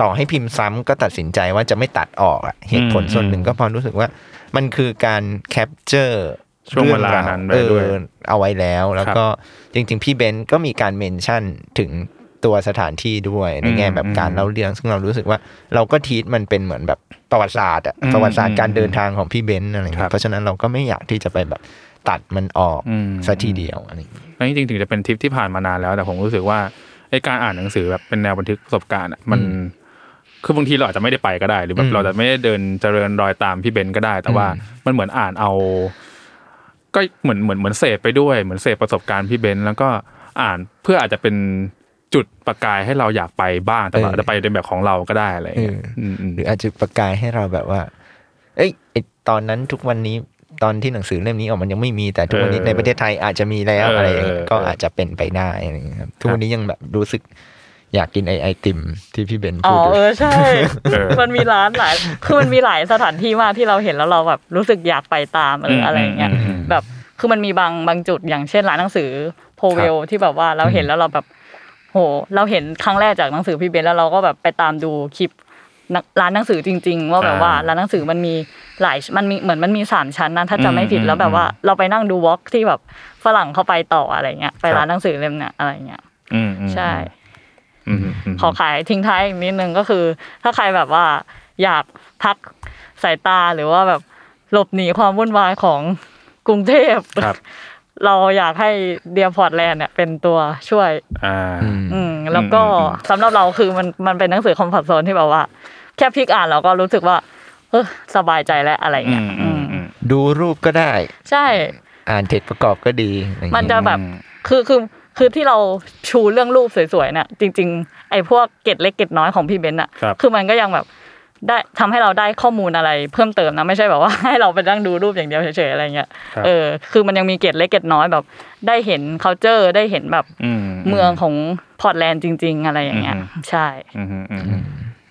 S1: ต่อให้พิมพ์ซ้ำก็ตัดสินใจว่าจะไม่ตัดออกอะเหตุผลส่วนหนึ่งก็เพอรู้สึกว่า มันคือการแคปเจอร์
S2: ช่วงเวลานั้นไว้ด้วย
S1: เอาไว้แล้ว แล้วก็จริงๆ พี่เบนซ์ก็มีการเมนชั่นถึงตัวสถานที่ด้วยในแง่แบบการเล่าเรื่อง ซึ่งเรารู้สึกว่าเราก็ทีตมันเป็นเหมือนแบบประวัติศาสตร์อะ
S2: อืม
S1: ประวัติศาสตร์การเดินทางของพี่เบนซ์อะไร
S2: ครั
S1: เงี้
S2: บ
S1: ยเพราะฉะนั้นเราก็ไม่อยากที่จะไปแบบตัดมันออก
S2: อืม
S1: ซะทีเดียวอะไรอย่างเงี้ย
S2: แล้วจริงๆถึงจะเป็นทริปที่ผ่านมานานแล้วแต่ผมรู้สึกว่าไอการอ่านหนังสือแบบเป็นแนวบันทึกประสบการณ์อะมัน
S1: อืม
S2: คือบางทีเราอาจจะไม่ได้ไปก็ได้ หรือแบ
S1: อื
S2: บ
S1: ม
S2: เราจะไม่ได้เดินเจริญรอยตามพี่เบนก็ได้ แต่ว่า
S1: อืม
S2: มันเหมือนอ่านเอา ก็เหมือนเหมือนเหมือนเสพไปด้วยเหมือนเสพประสบการณ์พี่เบนแล้วก็อ่านเพื่ออาจจะเป็นจุดประกายให้เราอยากไปบ้างแต่ว่าอาจจะไปในแบบของเราก็ได้อะไรอย่างเงี้ยอืม
S1: หรืออาจจะประกายให้เราแบบว่า เอ้ยไอ้ตอนนั้นทุกวันนี้ตอนที่หนังสือเล่มนี้ออกมันยังไม่มีแต่ทุกวันนี้ในประเทศไทยอาจจะมีแล้วอะไรอย่างเงี้ยก็อาจจะเป็นไปได้อะไรอย่างเงี้ยครับทุกวันนี้ยังแบบรู้สึกอยากกินไอไอติมที่พี่เบน
S3: อ๋
S1: พู
S3: อ
S1: ด
S3: เอ
S1: เลย
S3: อ ใช่ มันมีร้านหลาย คือมันมีหลายสถานที่มากที่เราเห็นแล้วเราแบบรู้สึกอยากไปตามหรืออะไรอย่างเงี้ย
S2: มอืม
S3: แบบ คือมันมีบางบางจุดอย่างเช่นร้านหนังสือโพเวลที่แบบว่าเราเห็นแล้วเราแบบ โห เราเห็นครั้งแรกจากหนังสือพี่เบนซ์แล้วเราก็แบบไปตามดูคลิปนักร้านหนังสือจริง ๆ ว่าแบบว่า
S2: อ่า
S3: ร้านหนังสือมันมีหลายมันมีเหมือนมันมีสามชั้นนะถ้า
S2: อืม
S3: จำไม่ผิด
S2: อืม
S3: แล้วแบบว่า เราไปนั่งดูวอล์กที่แบบฝรั่งเขาไปต่ออะไรเงี้ยไป
S2: ครับ
S3: ร้านหนังสือเล่มเนี้ยอะไรเงี้ย
S2: อืมอืม
S3: ใช่
S2: อืมอืมอืม
S3: ขอขายทิ้งท้ายอีกนิดนึงก็คือ ถ้าใครแบบว่าอยากพักสายตาหรือว่าแบบหลบหนีความวุ่นวายของกรุงเทพ
S2: ครับ
S3: เราอยากให้เดียพอร์ตแลนด์เนี่ยเป็นตัวช่วย
S2: อ่า
S3: อืมแล้วก็
S2: อืมอืม
S3: สำหรับเราคือมันมันเป็นหนังสือคอมฟอร์ทโซนที่แบบว่า แค่พลิกอ่านเราก็รู้สึกว่าเออสบายใจแล้วอะไรเงี้ย
S2: อืมอืมอืม
S3: อืม
S1: ดูรูปก็ได้
S3: ใช่
S1: อ่านเท็จประกอบก็ดีอะไรอย่าง
S3: มัน
S1: เงี้ย
S3: จะแบบคือคือคือที่เราชูเรื่องรูปสวยๆเนี่ยจริง ๆ ไอ้พวกเกร็ดเล็กเกร็ดน้อยของพี่เบนซ์อ่ะ
S2: ครับ
S3: อมันก็ยังแบบได้ทำให้เราได้ข้อมูลอะไรเพิ่มเติมนะไม่ใช่แบบว่า ให้เราไปนั่งดูรูปอย่างเดียวเฉยๆอะไรเงี้ย
S2: ครับ
S3: เออคือมันยังมีเกร็ดเล็กเกร็ดน้อยแบบ ได้เห็น c u เจอร์ได้เห็นแบบ
S2: อืม
S3: เมืองของพอร์ตแลนด์จริง ๆ อะไรอย่างเงี้ย
S2: อืม
S3: ใช่
S2: อืมอืมอืม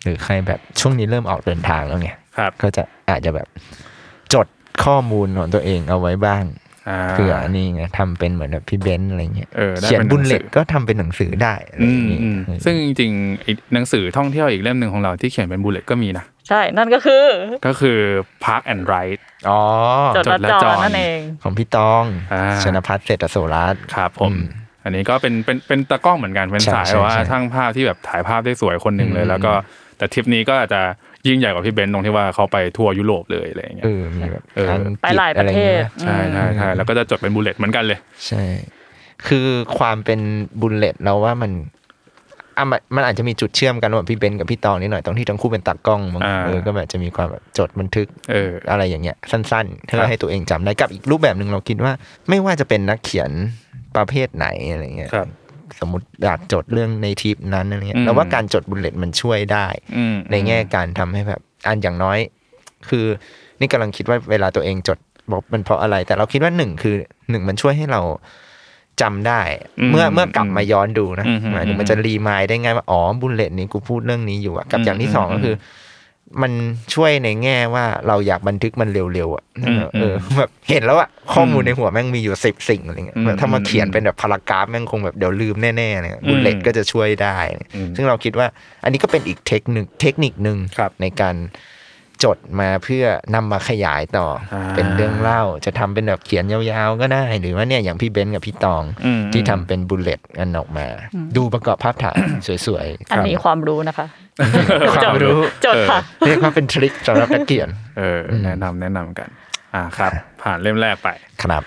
S1: หรือใครแบบช่วงนี้เริ่มออกเดินทางแล้วไง
S2: ครับ
S1: ก็จะอาจจะแบบจดข้อมูลของตัวเองเอาไว้บ้าง
S2: า
S1: เผื่อนี่ไงทำเป็นเหมือนแบบพี่เบนซ์อะไรเงี้ย
S2: เออได้
S1: เขียน
S2: เป็น
S1: บุล
S2: หนังสื
S1: เล
S2: อ
S1: ตก็ทำเป็นหนังสือได้อะไรอย่างงี้
S2: อืม
S1: เอ
S2: อืม
S1: อ
S2: ซึ่งจริงๆอีกหนังสือท่องเที่ยวอีกเล่มหนึ่งของเราที่เขียนเป็นบูเลตก็มีนะ
S3: ใช่นั่นก็คือ
S2: ก็คือ Park and Ride
S1: อ๋อ
S3: จด
S2: จด
S3: ละ
S2: และ
S3: จอ
S2: จร
S3: นั่นเอง
S1: ของพี่ตอง
S2: อ่า
S1: ชนพัฒน์เศรษฐโสรัตน์
S2: ครับผ
S1: อื
S2: ม
S1: ม
S2: อันนี้ก็เป็นเป็นเป็นตากล้องเหมือนกัน เป็น
S1: ใช่
S2: สาย
S1: ใช่
S2: แบบว่า
S1: ใช่
S2: ช่างภาพที่แบบถ่ายภาพได้สวยคนหนึ่งเลย
S1: อืม
S2: แล้วก็แต่ทริปนี้ก็อาจจะยิ่งใหญ่กว่าพี่เบนซ์ตรงที่ว่าเขาไปทัวร์ยุโรปเลยอะไรอย่างเงี้
S1: เอย อ มีแบบ
S2: เออ
S1: อังกฤษ
S3: ไปหลายประเทศ
S1: อไงี้ย
S2: ใช่ใช่ใช่แล้วก็จะจดเป็นบูเลตเหมือนกันเลย
S1: ใช่ คือความเป็นบุลเลตเราว่ามันอ่ะมันมันอาจจะมีจุดเชื่อมกันว่าพี่เบนซ์กับพี่ตองนิดหน่อยตรงที่ทั้งคู่เป็นตากล้องมั้ง
S2: อ่า
S1: เออก็แบบจะมีความแบบจดบันทึก
S2: เออ
S1: อะไรอย่างเงี้ยสั้นๆ
S2: ครั
S1: เพื่อบ ให้ตัวเองจำได้กับอีกรูปแบบหนึ่งเราคิดว่า ไม่ว่าจะเป็นนักเขียนประเภทไหนอะไรเงี้ย
S2: ครับ
S1: สมมติอยากจดเรื่องในทริปนั้นอะไรเงี้
S2: อื
S1: ย
S2: ม
S1: เราว่าการจดบุลเลตมันช่วยได้
S2: อืม
S1: ในแง่การทำให้แบบอันอย่างน้อย คือนี่กำลังคิดว่าเวลาตัวเองจดบอกมันเพราะอะไร แต่เราคิดว่าหนึ่งคือหนึ่งมันช่วยให้เราจำได้
S2: อืม
S1: เมื่อเมื่อกลับมาย้อนดูนะ
S2: อืม
S1: หมายถึงมันจะรีมายได้ง่ายว่าอ๋อบุลเลตนี้กูพูดเรื่องนี้อยู่อะกับ
S2: อืม
S1: อย่างที่สอง
S2: อืม
S1: ก็คือ มันช่วยในแง่ว่าเราอยากบันทึกมันเร็วๆอ่ะ
S2: อืม
S1: เออแบบเห็นแล้วอะข้อมูลในหัวแม่งมีอยู่สิบสิ่งอะไรเงี้ย
S2: อืม
S1: แบบถ้ามาเขียน
S2: อืม
S1: เป็นแบบพารากราฟแม่งคงแบบเดี๋ยวลืมแน่ๆเนี่ยบุลเลต
S2: อืม
S1: ก็จะช่วยได้
S2: อืม
S1: ซึ่งเราคิดว่าอันนี้ก็เป็นอีกเทคนิคเทคนิคหนึ่ง
S2: ครับ
S1: ในการจดมาเพื่อนำมาขยายต่ออา เป็นเรื่องเล่าจะทำเป็นแบบเขียนยาวๆก็ได้ หรือว่าเนี่ยอย่างพี่เบนซ์กับพี่ตอง
S2: อืม
S1: ที่ทำเป็นบุลเลตอันออกมา ดูประกอบภาพถ่าย สวยๆ
S3: อันนี้ความรู้นะคะ
S1: ความรู้
S3: จดค่ะ
S1: เรียกว่าเป็นทริคสำหรับนักเขียน
S2: เออแนะนำแนะนำกัน อ่าครับ ผ่านเล่มแรกไป
S1: ครับ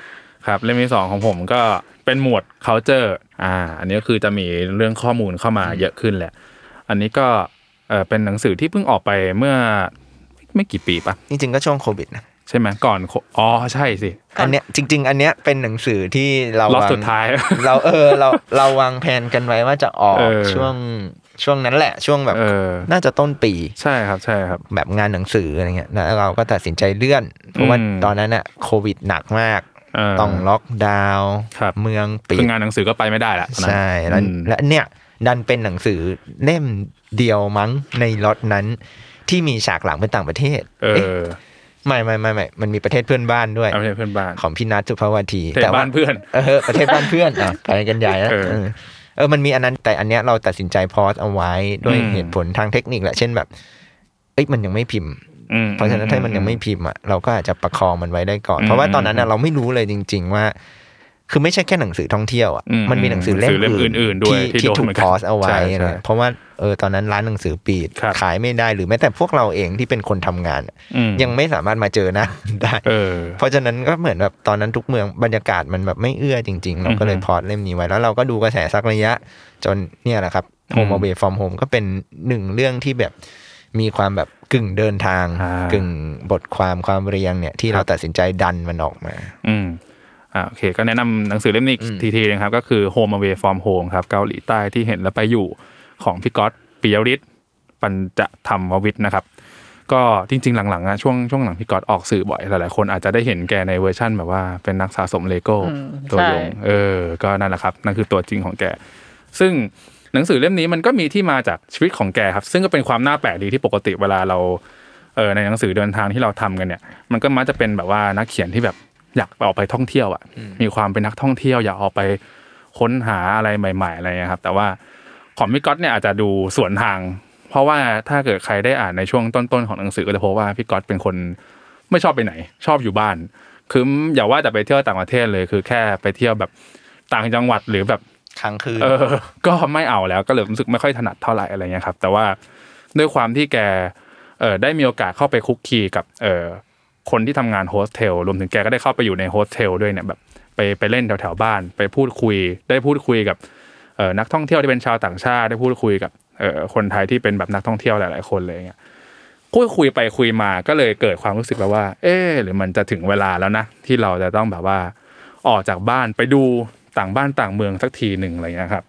S2: ครับเล่มที่สองของผมก็เป็นหมวด culture อ่า อันนี้ก็คือจะมีเรื่องข้อมูลเข้ามาเยอะขึ้นแหละ อันนี้ก็เออเป็นหนังสือที่เพิ่งออกไปเมื่อไม่กี่ปีปะ
S1: จริงๆก็ช่วงโควิดนะ
S2: ใช่ไหมก่อนโคอ๋อใช่สิ
S1: อันเนี้ยจริง ๆ อันเนี้ยเป็นหนังสือที่เรา
S2: ล็อต
S1: วาง
S2: สุดท้าย
S1: เราเออเราเราวางแผนกันไว้ว่าจะออก
S2: เออ
S1: ช่วงช่วงนั้นแหละช่วงแบบ
S2: เออ
S1: น่าจะต้นปี
S2: ใช่ครับใช่ครับ
S1: แบบงานหนังสืออะไรเงี้ยแล้วเราก็ตัดสินใจเลื่อน เพราะว่า
S2: อืม
S1: ตอนนั้นอะโควิดหนักมาก
S2: เ
S1: ต้องล็อกดาวน์
S2: ครับ
S1: เมืองปิ
S2: คื
S1: ด
S2: องานหนังสือก็ไปไม่ได้ละตอนนั้น
S1: ใช่แล้ว
S2: อืม
S1: และเนี่ยดันเป็นหนังสือเล่มเดียวมั้งในล็อตนั้น ที่มีฉากหลังเป็นต่างประเทศ
S2: เอ
S1: เอ๊ะ
S2: อ
S1: ไม่ไม่ไม่ไม่มันมีประเทศเพื่อนบ้านด้วย
S2: เอาไปเพื่อนบ้าน
S1: ของพี่นัทสุภาวที
S2: เทพบ้านเพื่อน
S1: เออประเทศบ้านเพื่อนอ่ะไปกันใหญ่แล้ว
S2: เออ
S1: เออเออมันมีอันนั้นแต่อันเนี้ยเราตัดสินใจพอสเอาไว้ด้วย
S2: อืม
S1: เหตุผลทางเทคนิคแหละเช่นแบบเอ้ยมันยังไม่พิมพ์
S2: อืม
S1: เพราะฉะนั้นถ้ามันยังไม่พิมพ์อ่ะเราก็อาจจะประคองมันไว้ได้ก่อน เพราะว่าตอนนั้นอะเราไม่รู้เลยจริง ๆ ว่า คือไม่ใช่แค่หนังสือท่องเที่ยวอ่ะ
S2: อืม
S1: มันมีหนังสือเล่
S2: หนังสือเล่ม
S1: ม
S2: อื่นๆด้วยที่
S1: ที่
S2: โดน
S1: ถู
S2: เหมื
S1: ก
S2: อนกัน
S1: พอสเอาไว้
S2: ใช่ใช่
S1: อะไรเพราะว่าเออตอนนั้นร้านหนังสือปิด
S2: ครับ
S1: ขายไม่ได้หรือแม้แต่พวกเราเองที่เป็นคนทำงานอะ
S2: อืม
S1: ยังไม่สามารถมาเจอหนะได้
S2: เออ
S1: เพราะฉะนั้นก็เหมือนแบบตอนนั้นทุกเมืองบรรยากาศมันแบบไม่เอื้อจริง ๆ เราก็เลย
S2: อือฮึ
S1: พอดเล่มนี้ไว้แล้วเราก็ดูกระแสสักระยะ จนเนี่ยแหละครับโฮม
S2: อืม
S1: เบฟอร์มโฮมก็เป็นหนึ่งเรื่องที่แบบมีความแบบกึ่งเดินทาง
S2: อ่าก
S1: กึ่งบทความความเรียงเนี่ยที่เราตัดสินใจดันมันออกมา
S2: อืมอ่าโอเค ก็แนะนำหนังสือเล่มนี้อีกทีทีนะครับ ก็คือ Home Away from Home ครับ เกาหลีใต้ที่เห็นแล้วไปอยู่ของพี่ก๊อตปิยฤทธิ์ปัญจธรรมวิทย์นะครับ ก็จริงๆ หลังๆอะช่วงช่วงหลังพี่ก๊อตออกสื่อบ่อย หลายๆ คนอาจจะได้เห็นแกในเวอร์ชั่นแบบว่าเป็นนักสะสมเลโก้
S3: อืม
S2: ตัวยง
S3: ใช่
S2: เออ ก็นั่นแหละครับ นั่นคือตัวจริงของแก ซึ่งหนังสือเล่มนี้มันก็มีที่มาจากชีวิตของแกครับ ซึ่งก็เป็นความน่าแปลกดีที่ปกติเวลาเรา เออในหนังสือเดินทางที่เราทำกันเนี่ย มันก็มักจะเป็นแบบว่านักเขียนที่แบบอยากออกไปท่องเที่ยวอ่ะ มีความเป็นนักท่องเที่ยว อยากออกไปค้นหาอะไรใหม่ ๆ อะไรเงี้ยครับ แต่ว่าของพี่ก๊อตเนี่ยอาจจะดูสวนทาง เพราะว่าถ้าเกิดใครได้อ่านในช่วงต้นๆของหนังสือก็จะพบว่าพี่ก๊อตเป็นคนไม่ชอบไปไหน ชอบอยู่บ้าน คืออย่าว่าแต่ไปเที่ยวต่างประเทศเลยคือแค่ไปเที่ยวแบบต่างจังหวัดหรือแบบ
S1: ครั้งคืน
S2: เออ ก็ไม่เอาแล้วก็เลยรู้สึกไม่ค่อยถนัดเท่าไหร่อะไรเงี้ยครับ แต่ว่าด้วยความที่แกเออได้มีโอกาสเข้าไปคุกคีกับเออคนที่ทำงานโฮสเทลรวมถึงแกก็ได้เข้าไปอยู่ในโฮสเทลด้วยเนี่ยแบบไปไปเล่นแถวแถวๆบ้าน ไปพูดคุย ได้พูดคุยกับเออนักท่องเที่ยวที่เป็นชาวต่างชาติได้พูดคุยกับเออคนไทยที่เป็นแบบนักท่องเที่ยวหลาย ๆ คนเลยเงี้ยคุยคุยไปคุยมาก็เลยเกิดความรู้สึกแบบว่า เออหรือมันจะถึงเวลาแล้วนะที่เราจะต้องแบบว่า ออกจากบ้านไปดูต่างบ้านต่างเมืองสักทีหนึ่งอะไรเงี้ยครับ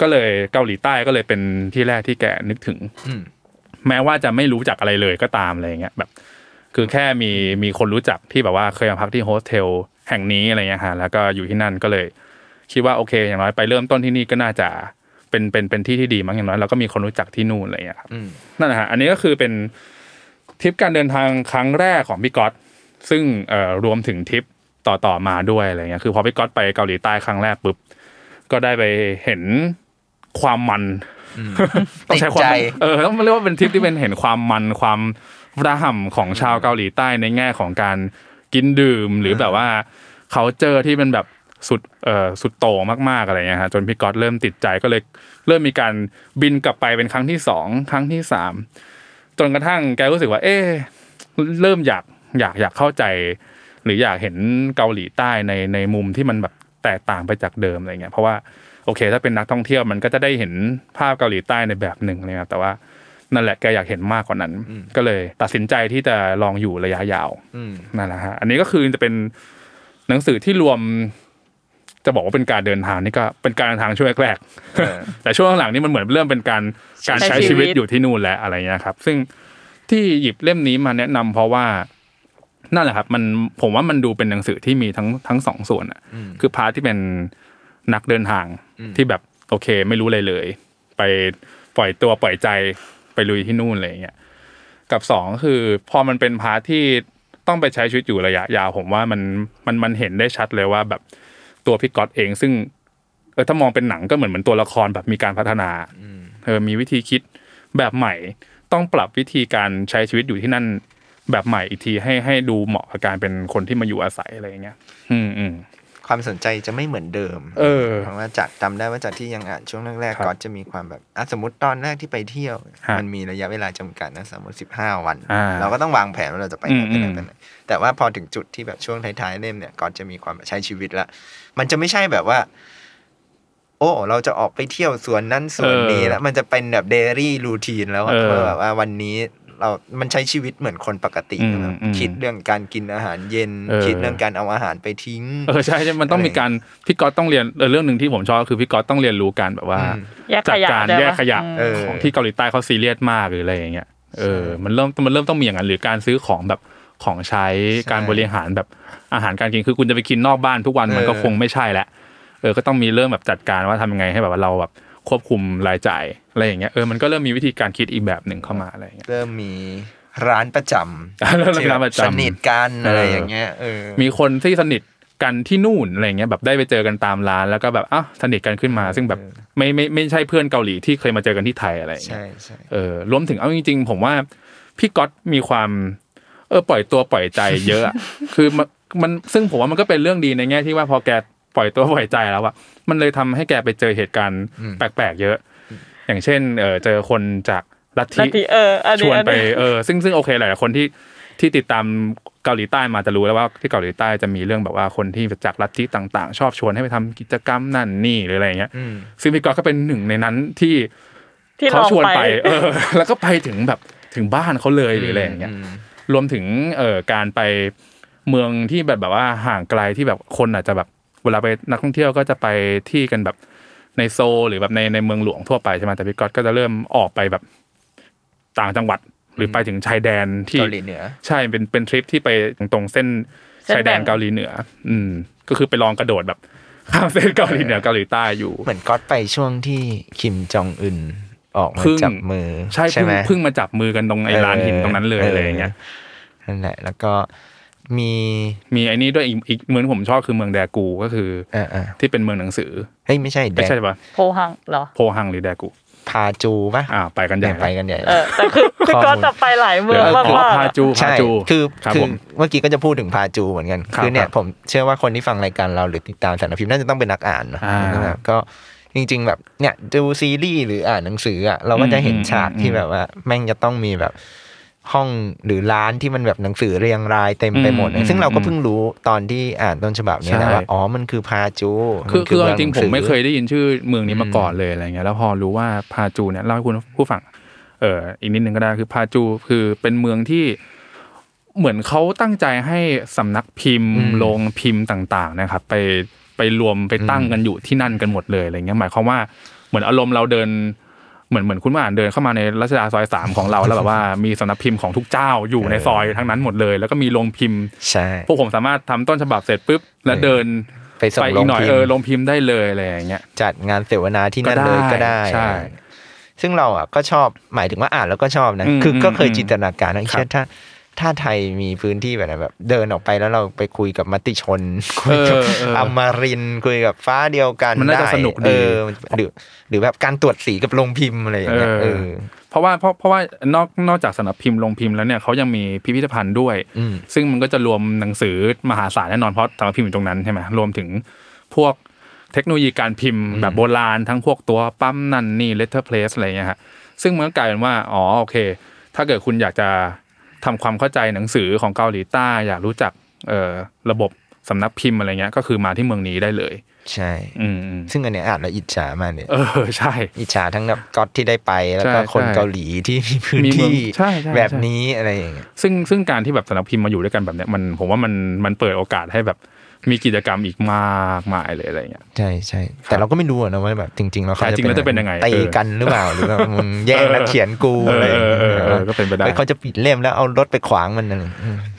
S2: ก็เลยเกาหลีใต้ก็เลยเป็นที่แรกที่แกนึกถึง
S1: อืม
S2: แม้ว่าจะไม่รู้จักอะไรเลยก็ตามอะไรเงี้ยแบบ คือแค่มีมีคนรู้จักที่แบบว่าเคยมาพักที่โฮสเทลแห่งนี้อะไรเงี้ยฮะแล้วก็อยู่ที่นั่นก็เลย คิดว่าโอเค อย่างน้อยไปเริ่มต้นที่นี่ก็น่าจะเป็นเป็นเป็นที่ที่ดีมั้งอย่างน้อยเราก็มีคนรู้จักที่นู่นอะไรเงี้ยครับนั่นแหละฮะอันนี้ก็คือเป็นทริปการเดินทางครั้งแรกของพี่ก๊อต ซึ่งเอ่อรวมถึงทริปต่อต่อๆมาด้วยอะไรเงี้ย คือพอพี่ก๊อตไปเกาหลีใต้ครั้งแรกปุ๊บ ก็ได้ไปเห็นความมัน ต้องใช้ความ
S1: ติดใจ
S2: เออต้องเรียกว่าเป็นทริปที่เป็นเห็นความมันความระห่ำของชาวเกาหลีใต้ในแง่ของการกินดื่ม หรือแบบว่าเขาเจอที่เป็นแบบสุดเอ่อสุดโต่งมากๆอะไรเงี้ยฮะจนพี่ก๊อตเริ่มติดใจก็เลยเริ่มมีการบินกลับไปเป็นครั้งที่สองครั้งที่สามจนกระทั่งแกรู้สึกว่า เอ๊ะ เริ่มอยากอยากอยากเข้าใจ หรืออยากเห็นเกาหลีใต้ในในมุมที่มันแบบ แตกต่างไปจากเดิมอะไรเงี้ยเพราะว่าโอเค ถ้าเป็นนักท่องเที่ยวมันก็จะได้เห็นภาพเกาหลีใต้ในแบบหนึ่งเลยครับแต่ว่านั่นแหละแกอยากเห็นมากกว่านั้น ก็เลยตัดสินใจที่จะลองอยู่ระยะยาว
S1: อืม
S2: นั่นแหละฮะ อันนี้ก็คือจะเป็นหนังสือที่รวม จะบอกว่าเป็นการเดินทางนี่ก็เป็นการเดินทางช่วงแรกๆ
S1: เออ
S2: แต่ช่วงหลังๆนี่มันเหมือนเริ่มเป็นการการ
S3: ใช้
S2: ใช้
S3: ชี
S2: ชี
S3: วิ
S2: วิ
S3: ต
S2: ตอยู่ที่นู่นแล้วอะไรเงี้ยครับ ซึ่งที่หยิบเล่มนี้มาแนะนำเพราะว่านั่นแหละครับ มันผมว่ามันดูเป็นหนังสือที่มีทั้งทั้งสองส่วนอ่ะ คือพาร์ทที่เป็นนักเดินทางที่แบบโอเค ไม่รู้อะไรเลย ไปปล่อยตัวปล่อยใจไปลุยที่นู่นอะไรเงี้ย กับสองคือพอมันเป็นพาร์ทที่ต้องไปใช้ชีวิตอยู่ระยะยาวผมว่ามันมันมันเห็นได้ชัดเลยว่าแบบตัวพี่ก๊อตเอง ซึ่งเออถ้ามองเป็นหนังก็เหมือนเหมือนตัวละครแบบมีการพัฒนาเออมีวิธีคิดแบบใหม่ ต้องปรับวิธีการใช้ชีวิตอยู่ที่นั่นแบบใหม่อีกทีให้ให้ดูเหมาะกับการเป็นคนที่มาอยู่อาศัยอะไรอย่างเงี้ย อืมอืม
S1: ความสนใจจะไม่เหมือนเดิม
S2: เออ
S1: เพราะว่าจากจำได้ว่าจากที่ยังอ่านช่วงแรก
S2: ครั
S1: ๆ
S2: บ
S1: ก็จะมีความแบบอ่ะสมมติตอนแรกที่ไปเที่ยว
S2: ฮะ
S1: มันมีระยะเวลาจำกัดนะสมมติสิบห้าวัน
S2: อ่า
S1: เราก็ต้องวางแผนว่าเราจะไปไหน
S2: อื
S1: ไปไหน
S2: มอืม
S1: ไปไหนแต่ว่าพอถึงจุดที่แบบช่วงท้ายๆเล่มเนี่ยก็จะมีความแบบใช้ชีวิตละมันจะไม่ใช่แบบว่า โอ้เราจะออกไปเที่ยวสวนนั้นสวนนี้
S2: เออ
S1: แล้วมันจะเป็นแบบเดลี่รูทีนแล้วอะ
S2: เออ
S1: เพราะแบบว่าวันนี้เรามันใช้ชีวิตเหมือนคนปกติ
S2: อืม
S1: แบบ
S2: อืม
S1: คิดเรื่องการกินอาหารเย็น
S2: เออ
S1: คิดเรื่องการเอาอาหารไปทิ้ง
S2: เออใช่ใช่มันต้องมีการพี่ก๊อตต้องเรียนเออเรื่องหนึ่งที่ผมชอบก็คือพี่ก๊อตต้องเรียนรู้การแบบว่า
S1: อืม
S3: แยก
S2: จั
S3: ข
S2: ด
S3: ยะ
S2: การ
S3: ได้
S2: แยก
S3: ปะ
S2: ขยะ
S3: อืม
S1: เออ
S2: ของที่เกาหลีใต้เขาซีเรียสมากหรืออะไรอย่างเงี้ยเออมันเริ่มมันเริ่มต้องมีอย่างนั้นหรือการซื้อของแบบของใช้การบริหารแบบอาหารการกินคือคุณจะไปกินนอกบ้านทุกวันมันก็
S1: เออ
S2: คงไม่ใช่ละเออก็ต้องมีเริ่มแบบจัดการว่าทำยังไงให้แบบว่าเราแบบควบคุมรายจ่ายอะไรอย่างเงี้ยเออมันก็เริ่มมีวิธีการคิดอีกแบบหนึ่งเข้ามาอะไรอย่างเงี้ย
S1: เริ่มมีร้านประจำ
S2: อ่าเริ่มมีร้านประจำ
S1: ที่แสนิทกัน
S2: เอออ
S1: อะไรอย่างเงี้ยเออ
S2: มีคนที่สนิทกันที่นู่นอะไรเงี้ยแบบได้ไปเจอกันตามร้านแล้วก็แบบอ้าวสนิทกันขึ้นมา ซึ่งแบบไม่ไม่ไม่ใช่เพื่อนเกาหลีที่เคยมาเจอกันที่ไทยอะไรอย่างเงี้ย
S1: ใช่ใช่
S2: เออรวมถึงเอาจริงๆ ผมว่าพี่ก๊อตมีความ เออปล่อยตัวปล่อยใจเย อะอะ คือมันมันซึ่งผมว่ามันก็เป็นเรื่องดีในแง่ที่ว่าพอแกปล่อยตัวปล่อยใจแล้วอะมันเลยทำให้แกไปเจอเหตุการณ์แปลกๆ เยอะ อย่างเช่นเออเจอคนจากลัท
S3: ลัทธิ
S2: ธิ
S3: เอออัน
S2: ช
S3: นี้
S2: วน
S3: อัน
S2: ไป
S3: นี้
S2: เออซึ่งซึ่งโอเคหลายๆคนที่ที่ติดตามเกาหลีใต้มาจะรู้แล้วว่าที่เกาหลีใต้จะมีเรื่องแบบว่าคนที่จากลัทธิต่าง ๆ ชอบชวนให้ไปทำกิจกรรมนั่นนี่หรืออะไรอย่างเงี้ย
S1: อืม
S2: ซึ่งพี่ก๊อตก็เป็นหนึ่งในนั้นที่
S3: ที่
S2: เขา
S3: ลอง
S2: ชวนไป
S3: ไป
S2: เออ แล้วก็ไปถึงแบบถึงบ้านเขาเลยหรืออะไรอย่างเงี้ย
S1: ม
S2: รวมถึงเอ่อการไปเมืองที่แบบแบบว่าห่างไกลที่แบบคนอาจจะแบบเวลาไปนักท่องเที่ยวก็จะไปที่กันแบบในโซลหรือแบบในในเมืองหลวงทั่วไปใช่ไหมแต่พี่ก๊อตก็จะเริ่มออกไปแบบต่างจังหวัด หรือไปถึงชายแดนที่
S1: เกาหลีเหนือ
S2: ใช่เป็นเป็นทริปที่ไปตรงเส้น
S3: เส้น
S2: ชายแดน
S3: แบ่ง
S2: เกาหลีเหนือ อืม ก็คือไปลองกระโดดแบบข้ามเส้นเกาหลีเหนือเกาหลีใต้อยู่
S1: เหมือนก็อตไปช่วงที่คิมจองอึนออกมา
S2: พึ่ง
S1: จับมือ
S2: ใช่เพิ่ง
S1: ไหม
S2: เพิ่งมาจับมือกันตรงไอ้ลานหินตรงนั้นเลยอะไรอย่างเงี้ย
S1: นั่นแหละ แล้วก็มี
S2: มีไอ้นี่ด้วยอีกอีกเมืองที่ผมชอบคือเมืองแดกูก็คือ
S1: เออเออ
S2: ที่เป็นเมืองหนังสือ
S1: เฮ้ยไม่ใช่แด
S2: ไม่
S1: ก
S2: ใช่ปะ
S3: โพหังเหรอ
S2: โพฮังหรือแดกู
S1: พาจูปะ
S2: อ่า ไปกันใหญ่
S1: เนี่ยไปกันใหญ่
S3: เออแต่คือคือก็จะไปหลายเมือง
S2: เออ
S3: มา
S2: อ๋อก พาจูพา
S1: ใช่
S2: จู
S1: คือ
S2: ครับ
S1: คือ
S2: ผม
S1: เมื่อกี้ก็จะพูดถึงพาจูเหมือนกัน
S2: ครับ
S1: คือเนี่
S2: ค
S1: ย
S2: รับ
S1: ผมเชื่อว่าคนที่ฟังรายการเราหรือติดตามสารพิมพ์น่าจะต้องเป็นนักอ่านเนอะ
S2: อ่า
S1: นะครับก็จริง ๆ แบบเนี่ยดูซีรีส์หรืออ่านหนังสืออ่ะเราก็จะเห็นฉากที่แบบว่าแม่งจะต้องมีแบบ ห้องหรือร้านที่มันแบบหนังสือเรียงรายเต็มไปหมดเล
S2: อื
S1: ย
S2: ม
S1: ซึ่งเราก็
S2: อืม
S1: เพิ่งรู้ตอนที่อ่านต้นฉบับเนี้แหละ
S2: ใช่
S1: ว่าอ๋อมันคือพาจู
S2: คือคือจริงๆผมไม่เค
S1: ย
S2: ยได้ยินชื่อเมืองนี้มา
S1: อืม
S2: ก่อนเลยอะไรเงี้ยแล้วพอรู้ว่าพาจูเนี่ยเล่าให้คุณผู้ฟังเอออีกนิดนึงก็ได้คือพาจูคือเป็นเมืองที่เหมือนเขาตั้งใจให้สำนักพิมพ์โรงพิมพ์ต่างๆนะครับ ไปไปรวมไปตั้งกันอยู่ที่นั่นกันหมดเลยอะไรเงี้ยหมายความว่าเหมือนอารมณ์เราเดิน เหมือนเหมือนคุณมาอ่านเดินเข้ามาในรัชดาซอยสามของเราแล้วแบบว่ามีสำนักพิมพ์ของทุกเจ้าอยู่ในซอยทั้งนั้นหมดเลย แล้วก็มีโรงพิมพ์
S1: ใช่
S2: พวกผมสามารถทำต้นฉบับเสร็จปุ๊บแล้วเดิน
S1: ไปส่ง
S2: ไป
S1: ล
S2: อีก
S1: ง
S2: หน่อย
S1: พิม
S2: เออ
S1: พ์
S2: ลงพิมพ์ได้เลยอะไรอย่างเงี้ย
S1: จัดงานเสวนาที่นั่นเลย
S2: ก็
S1: ก็
S2: ได้
S1: ได้
S2: ใช่
S1: ซึ่งเราอ่ะก็ชอบหมายถึงว่าอ่านแล้วก็ชอบนะ
S2: อืม
S1: คือก็เคย
S2: อืม
S1: จินตนาการนะ
S2: ครั
S1: เช่
S2: บ
S1: นถ้าถ้าไทยมีพื้นที่แบบนั้นแบบ เดินออกไปแล้วเราไปคุยกับมติชน คุ
S2: เอย อ
S1: กับ
S2: เออ
S1: อมรินทร์คุยกับฟ้าเดียวกัน
S2: มันน่าจะ
S1: ได้
S2: สนุกดี
S1: เออหรือหรือแบบการตรวจสีกับลงพิมพ์อะไรอย่างเงี้ยเออ
S2: เพราะว่าเพราะเพราะว่านอกนอกจากสำนักพิมพ์ลงพิมพ์แล้วเนี่ยเขายังมีพิพิธภัณฑ์ด้วย
S1: อืม
S2: ซึ่งมันก็จะรวมหนังสือมหาศาลแน่นอนเพราะสำนักพิมพ์อยู่ตรงนั้นใช่ไหมรวมถึงพวกเทคโนโลยีการพิมพ์แบบโบราณทั้งพวกตัวปั๊มนั่นนี่เลตเตอร์เพลสอะไรอย่างเงี้ยฮะซึ่งมันก็กลายเป็นว่าอ๋อโอเค ถ้าเกิดคุณอยากจะทำความเข้าใจหนังสือของเกาหลีใต้อยากรู้จักเอ่อระบบ สำนักพิมพ์อะไรเงี้ยก็คือมาที่เมืองนี้ได้เลย
S1: ใช่
S2: อืมอืม
S1: ซึ่งอันเนี้ยอ่านแล้วอิจฉามากเนี่ย
S2: เออใช่
S1: อิจฉาทั้งแบบก๊อตที่ได้ไปแล้วก็
S2: ใช่
S1: คน
S2: ใช่
S1: เกาหลีที่มีพื้น
S2: มีเมือง
S1: ที่
S2: ใช่ใช่ใช่
S1: แบบนี้อะไรอย่างเงี้ย
S2: ซึ่งซึ่งการที่แบบสำนักพิมพ์มาอยู่ด้วยกันแบบเนี้ยมันผมว่ามันมันเปิดโอกาสให้แบบมีกิจกรรมอีกมากมายเลยอะไรเงี้ย
S1: ใช่ใช่แต่เราก็ไม่รู้อะนะว่าแบบจริงๆแล้วเขา
S2: แต่จริงแล้วจะเป็นยังไง
S1: ตีกันหรือเปล่าหรือว่ามึงแย่งนักเขียนกู
S2: เออ
S1: อะไรอย่างเงี้ย
S2: เออเออเออก็เป็นไปได้
S1: ฮ้ยเขาจะปิดเล่มแล้วเอารถไปขวางมันอะไรอ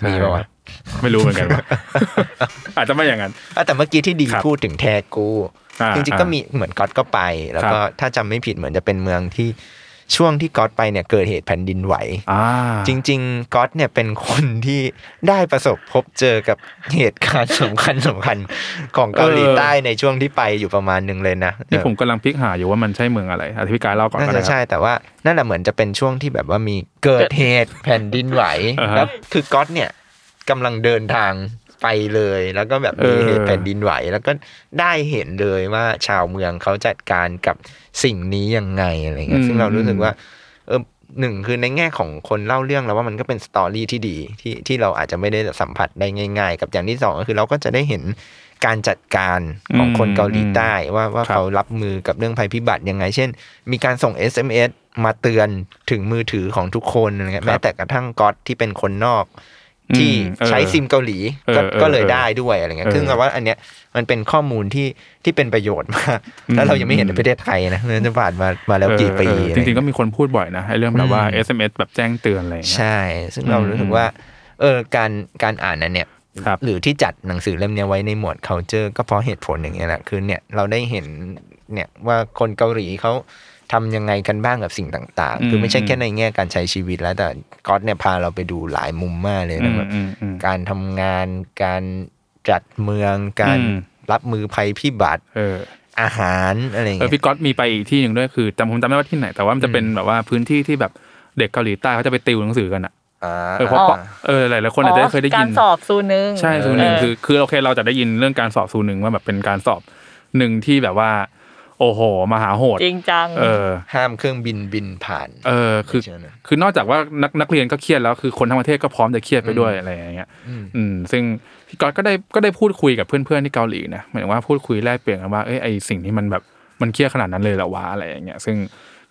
S1: ย่างเงี้ยมีป่าวะ
S2: ไม่รู้เหมือนกัน ว่า อาจจะไม่อย่างนั้น
S1: อ่ะแต่เมื่อกี้ที่ดี
S2: ครับ
S1: พูดถึงแทกู
S2: อ่า
S1: จริงๆก็มีเหมือนก๊อตก็ไป แล้วก็ถ้าจำไม่ผิดเหมือนจะเป็นเมืองที่ช่วงที่ก๊อตไปเนี่ยเกิดเหตุแผ่นดินไหว
S2: อ่า
S1: จริง ๆก๊อตเนี่ยเป็นคนที่ได้ประสบพบเจอกับเหตุการณ์สำคัญสำคัญของเกาหลี
S2: เออ
S1: ใต้ในช่วงที่ไปอยู่ประมาณหนึ่งเลยนะ
S2: นี่
S1: เออ
S2: ผมกำลังพลิกหาอยู่ว่ามันใช่เมืองอะไรอธิการเล่าก่อน
S1: น่าจะ
S2: ก็ได้ค
S1: ใช่
S2: รับ
S1: แต่ว่านั่นแหละเหมือนจะเป็นช่วงที่แบบว่ามีเกิดเหตุ แผ่นดินไหว
S2: อ่าฮะ
S1: แล้วคือก๊อตเนี่ยกำลังเดินทางไปเลย แล้วก็แบบมี
S2: เออ
S1: เหตุแผ่นดินไหว แล้วก็ได้เห็นเลยว่าชาวเมืองเขาจัดการกับสิ่งนี้ยังไงอะไรเงี้ยซึ่งเรารู้สึกว่าเออหนึ่งคือในแง่ของคนเล่าเรื่องแล้วว่ามันก็เป็นสตอรี่ที่ดีที่ที่เราอาจจะไม่ได้สัมผัสได้ง่าย ๆ กับอย่างที่สองก็คือเราก็จะได้เห็นการจัดการของคนเกาหลีใต้ ว่าว่า
S2: ครับ
S1: เขารับมือกับเรื่องภัยพิบัติยังไง เช่น มีการส่ง SMS มาเตือนถึงมือถือของทุกคนอะไรเงี้ยแม้แต่กระทั่งก๊อตที่เป็นคนนอก
S2: อืม
S1: ที่
S2: เออ
S1: ใช้ซิมเกาหลีก็
S2: เออเออ
S1: ก็เลยได้ด้วยอะไรเงี้ย
S2: เออ
S1: ซึ่งเราว่าอันเนี้ยมันเป็นข้อมูลที่ที่เป็นประโยชน์มากแล้วเรายังไม่เห็นใน
S2: อืม
S1: ประเทศไทยนะเนี่ยจะผ่านมามาแล้วกี่ปี
S2: เออเออ
S1: อะ
S2: จ
S1: ไร
S2: ริงๆ
S1: เงี้ย
S2: ก็มีคนพูดบ่อยนะไอ้เรื่องแบบว่า
S1: อืม
S2: SMS แบบแจ้งเตือนอะไรอย่างเงี้ย
S1: ใช่ ซึ่งเรา
S2: อืม
S1: รู้สึกว่าเออการการอ่านนั้นเนี่ย
S2: ครับ
S1: หรือที่จัดหนังสือเล่มเนี้ยไว้ในหมวด culture ก็เพราะเหตุผลอย่างเงี้ยแหละคือเนี่ยเราได้เห็นเนี่ยว่าคนเกาหลีเขาทำยังไงกันบ้างกับสิ่งต่าง
S2: อื
S1: ๆ
S2: ม
S1: คือไม่ใช่แค่ในแง่การใช้ชีวิตแล้วแต่ก๊อตเนี่ยพาเราไปดูหลายมุมมากเลย
S2: อื
S1: นะ
S2: ม
S1: แบบ
S2: อืมอืม
S1: การทำงาน การจัดเมือง การ
S2: อืม
S1: รับมือภัยพิบัติ
S2: เออ
S1: อาหารอะไรอย่าง
S2: เออ
S1: เงี้ย
S2: พี่ก๊อตมีไปอีกที่หนึ่งด้วยคือจำผมจำไม่ได้ว่าที่ไหน แต่ว่ามันจะเป็นแบบว่าพื้นที่ที่แบบเด็กเกาหลีใต้เขาจะไปติวหนังสือกันอ่ะเออเพราะเพราะเออหลายๆคนอาจจะเคยได้
S3: กา
S2: ยิ
S3: ร
S2: น
S3: สอบซูนึง
S2: ใช่ซูหนึ่ง
S3: เออ
S2: คือคือโอเคเราจะได้ยินเรื่องการสอบซูหนึ่งว่าแบบเป็นการสอบหนึ่งที่แบบว่า โอ้โหมหาโหด
S3: จริงจัง
S2: เออ
S1: ห้ามเครื่องบินบินผ่าน
S2: เออคือ
S1: ไม่เชื่อนะ
S2: คือนอกจากว่านักนักเรียนก็เครียดแล้วคือคนทั้งประเทศก็พร้อมจะเครียดไปด้วยอะไรอย่างเงี้ย
S1: อืม
S2: อืมซึ่งพี่ก๊อตก็ได้ก็ได้พูดคุยกับเพื่อนๆที่เกาหลีนะหมายถึงว่าพูดคุยแลกเปลี่ยนกันว่าเอ้ยไอสิ่งนี้มันแบบมันเครียดขนาดนั้นเลยเหรอวะอะไรอย่างเงี้ยซึ่ง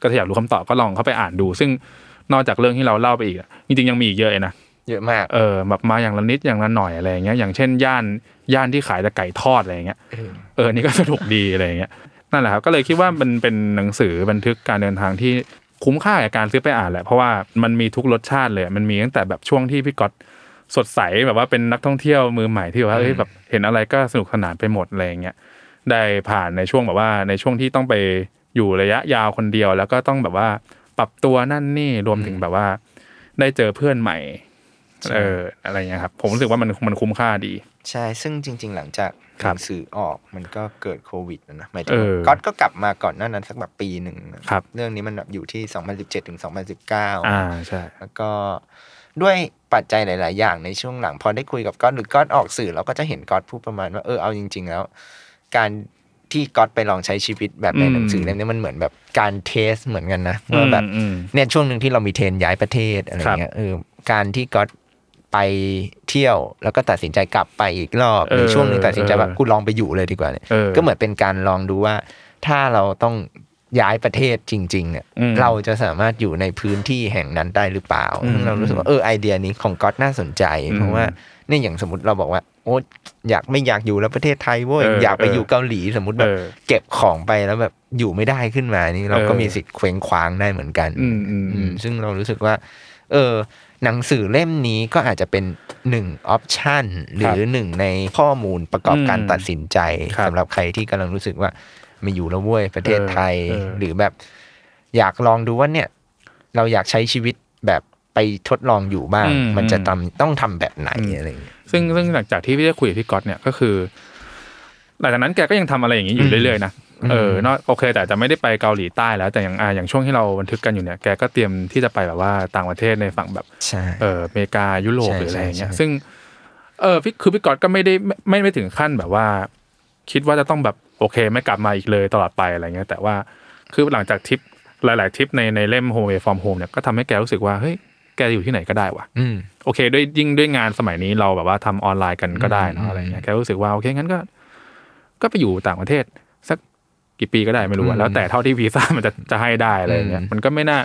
S2: ก็ถ้าอยากรู้คำตอบก็ลองเข้าไปอ่านดู ซึ่งนอกจากเรื่องที่เราเล่าไปอีกอะจริงๆยังมีอีกเยอะเลยนะ
S1: เยอะมาก
S2: เออแบบมาอย่างละนิดอย่างละหน่อยอะไรอย่างเงี้ยอย่างเช่นย่านย่านที่ขายแต่ไก่ทอดอะไรอย่างเงี้ยเออนี่ก็สนุกดีอะไรอย่างเงี้ยนั่นแหละครับก็เลยคิดว่ามันเป็นหนังสือบันทึกการเดินทางที่คุ้มค่ากับการซื้อไปอ่านแหละเพราะว่ามันมีทุกรสชาติเลยมันมีตั้งแต่แบบช่วงที่พี่ก๊อตสดใสแบบว่าเป็นนักท่องเที่ยวมือใหม่ที่แบบว่าเอ้ยแบบเห็นอะไรก็สนุกสนานไปหมดอะไรอย่างเงี้ยได้ผ่านในช่วงแบบว่าในช่วงที่ต้องไปอยู่ระยะยาวคนเดียว แล้วก็ต้องแบบว่าปรับตัวนั่นนี่รวมถึงแบบว่า ได้เจอเพื่อนใหม่ เอออะไรเงี้ยครับ ผมรู้สึกว่ามันมันคุ้มค่าดี
S1: ใช่ ซึ่งจริง ๆ หลังจาก
S2: ครั
S1: ห
S2: บ
S1: นังสือออกมันก็เกิดโควิดนะนะหมายถึง
S2: เออ
S1: ว่าก๊อตก็กลับมาก่อนหน้านั้นสักแบบปีหนึ่งนะครับ เรื่องนี้มันแบบอยู่ที่ 2017ถึง
S2: อ่า
S1: 2019
S2: ใช่
S1: แล้วก็ด้วยปัจจัยหลาย ๆ อย่างในช่วงหลัง พอได้คุยกับก๊อตหรือก๊อตออกสื่อเราก็จะเห็นก๊อตพูดประมาณว่าเออเอาจริง ๆ แล้ว การที่ก๊อตไปลองใช้ชีวิตแบบในหนังสือเล่มนี้มันเหมือนแบบการเทสเหมือนกันนะว่าแบบ
S2: อืม
S1: เนี่ยช่วงหนึ่งที่เรามีเทรนย้ายประเทศอะไรเงี้ยเออการที่ก๊อตไปเที่ยวแล้วก็ตัดสินใจกลับไปอีกรอบ
S2: เออ
S1: หรือช่วงหนึ่งตัดสินใจแบบ
S2: เออ
S1: กูลองไปอยู่เลยดีกว่าเนี่ย
S2: เออ
S1: ก็เหมือนเป็นการลองดูว่า ถ้าเราต้องย้ายประเทศจริงๆเนี่ย
S2: อืม
S1: เราจะสามารถอยู่ในพื้นที่แห่งนั้นได้หรือเปล่า
S2: อืม
S1: ซึ่งเรารู้สึกว่าเออไอเดียนี้ของก๊อตน่าสนใจ
S2: อืม
S1: เพราะว่าเนี่ยอย่างสมมติเราบอกว่าโอ๊ยอยากไม่อยากอยู่แล้วประเทศไทยเว้ย
S2: เออ
S1: อยากไป
S2: เอออ
S1: อยู่เกาหลีสมมติแบบ
S2: เออ
S1: เก็บของไปแล้วแบบอยู่ไม่ได้ขึ้นมานี่เราก็
S2: เออ
S1: มีสิทธิ์เคว้งคว้างได้เหมือนกัน
S2: อืมอืมอื
S1: อื
S2: ม
S1: มซึ่งเรารู้สึกว่า เออ หนังสือเล่มนี้ก็อาจจะเป็นหนึ่งออปชันหรือหนึ่งในข้อมูลประกอบ
S2: อืม
S1: การตัดสินใจ
S2: ครับ
S1: สำหรับใครที่กำลังรู้สึกว่าไม่อยู่แล้วเว้ยประเทศไทย
S2: เออเออ
S1: หรือแบบ อยากลองดูว่าเนี่ย เราอยากใช้ชีวิตแบบไปทดลองอยู่บ้าง
S2: อืม
S1: มันจะทำต้องทำแบบไหน
S2: อืม
S1: อะไรอย่างเงี้ย
S2: ซึ่งซึ่งหลังจากที่พี่ได้คุยกับพี่ก๊อตเนี่ยก็คือ หลังจากนั้นแกก็ยังทำอะไรอย่างนี้อยู่เรื่อยๆนะเออเนอะโอเค แต่อาจจะไม่ได้ไปเกาหลีใต้แล้ว แต่อย่างอ่าอย่างช่วงที่เราบันทึกกันอยู่เนี่ยแกก็เตรียมที่จะไปแบบว่าต่างประเทศในฝั่งแบบ
S1: ใช่
S2: เอออเมริกายุโรป
S1: ใช่
S2: หรืออะไรอย่างเงี้ย
S1: ใช่ใช่
S2: ซึ่งเออพี่คือพี่ก๊อตก็ไม่ได้ไม่ไม่ไม่ถึงขั้นแบบว่า คิดว่าจะต้องแบบโอเค ไม่กลับมาอีกเลยตลอดไปอะไรเงี้ยแต่ว่าคือหลังจากทริปหลาย ๆทริปในในเล่ม Home Away from Home เนี่ยก็ทำให้แกรู้สึกว่าเฮ้ยแก กอยู่ที่ไหนก็ได้ว่ะ
S1: อืม
S2: โอเคด้วยยิ่งด้วยงานสมัยนี้เราแบบว่าทำออนไลน์กันก็ได้เน
S1: อื
S2: อะ
S1: ม
S2: อะไรเงี้ยแค่รู้สึกว่าโอเคงั้นก็ ก็ไปอยู่ต่างประเทศ สักกี่ปีก็ได้ไม่รู้
S1: อืม
S2: อะแล้วแต่เท่าที่วีซ่า มันจะจะให้ได้อะไรเงี้ย
S1: อืม
S2: มันก็ไม่น่า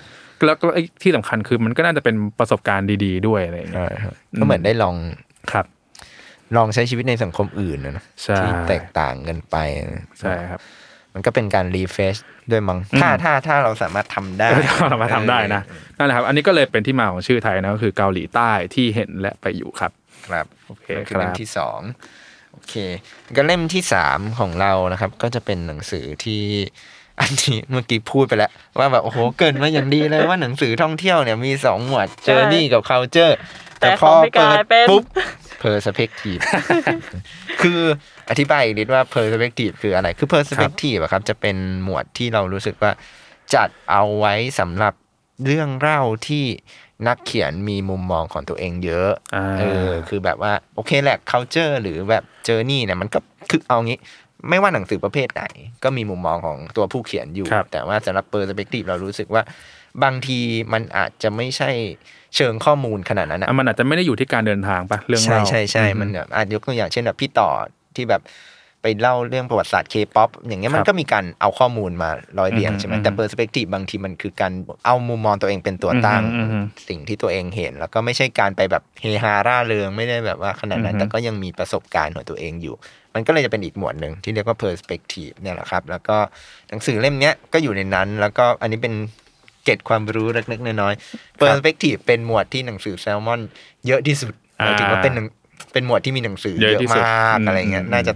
S2: แล้วก็ไอ้ที่สำคัญคือมันก็น่าจะเป็นประสบการณ์ดี ๆ ด้วยอะไรเงี้ย
S1: ใช่ครับก็เหมือนได้ลอง
S2: ครับ
S1: ลองใช้ชีวิตในสังคมอื่นนะนะ
S2: ใช่
S1: ที่แตกต่างกันไปนะ
S2: ใช่ครับ
S1: มันก็เป็นการรีเฟชด้วยมั้งถ้าถ้าถ้าเราสามารถทำได้
S2: เราสามารถทำได้นะนั่นแหละครับ อันนี้ก็เลยเป็นที่มาของชื่อไทยนะก็คือเกาหลีใต้ที่เห็นและไปอยู่ครับ
S1: ครับ
S2: โอเค
S1: นั่นคือ
S2: ครับ
S1: เล่มที่สองโอเคก็เล่มที่สามของเรานะครับ ก็จะเป็นหนังสือที่ อันนี้เมื่อกี้พูดไปแล้ว ว่าแบบโอ้โหเกรินมาอย่างดีเลยว่าหนังสือท่องเที่ยวเนี่ยมีสองหมวดเจอร์นี่กับ culture
S3: แต่ของพี่กายเป็น
S1: ปุ๊บ perspective คืออธิบายอีกนิดว่า perspective คืออะไร คือ perspective อะครับ จะเป็นหมวดที่เรารู้สึกว่า จัดเอาไว้สำหรับเรื่องเล่าที่นักเขียนมีมุมมองของตัวเองเยอะ
S2: อ่า
S1: เออคือแบบว่า โอเคแหละ culture หรือแบบ journey เนี่ยมันก็คือเอางี้ ไม่ว่าหนังสือประเภทไหน ก็มีมุมมองของตัวผู้เขียนอยู่
S2: ครับ
S1: แต่ว่าสำหรับ perspective เรารู้สึกว่า บางทีมันอาจจะไม่ใช่เชิงข้อมูลขนาดนั้นอะ
S2: อ่ะมันอาจจะไม่ได้อยู่ที่การเดินทางปะเรื่อง
S1: ใช่
S2: เรา
S1: ใช่ใช่
S2: อื
S1: มันแบบอาจยกตัวอย่างเช่นแบบพี่ต่อที่แบบไปเล่าเรื่องประวัติศาสตร์เคป๊อปอย่างเงี้ย
S2: ครับ
S1: มันก็มีการเอาข้อมูลมาร้อยเรียง
S2: อืม
S1: ใช่ไหม
S2: อืม
S1: แต่เปอร์สเปกทีฟบางทีมันคือการเอามุมมองตัวเองเป็นตัวตั้ง
S2: อืมอืมอืม
S1: สิ่งที่ตัวเองเห็น แล้วก็ไม่ใช่การไปแบบเฮฮาร่าเริงไม่ได้แบบว่าขนาดนั้น
S2: อืม
S1: แต่ก็ยังมีประสบการณ์ของตัวเองอยู่ มันก็เลยจะเป็นอีกหมวดหนึ่งที่เรียกว่า perspective เนี่ยแหละครับ แล้วก็หนังสือเล่มเนี้ยก็อยู่ในนั้น แล้วก็อันนี้เป็นเกร็ดความรู้เล็กๆน้อยๆ perspective เป็นหมวดที่หนังสือแซลมอน เยอะที่สุด
S2: อ่า
S1: หา
S2: ม
S1: ยถึงว่าเป็นหนังเป็นหมวดที่มีหนังสือเย
S2: เย
S1: อะ
S2: อะที่สุด
S1: มาก
S2: อืม
S1: อะไรเงี้ย
S2: อืม
S1: น่าจะ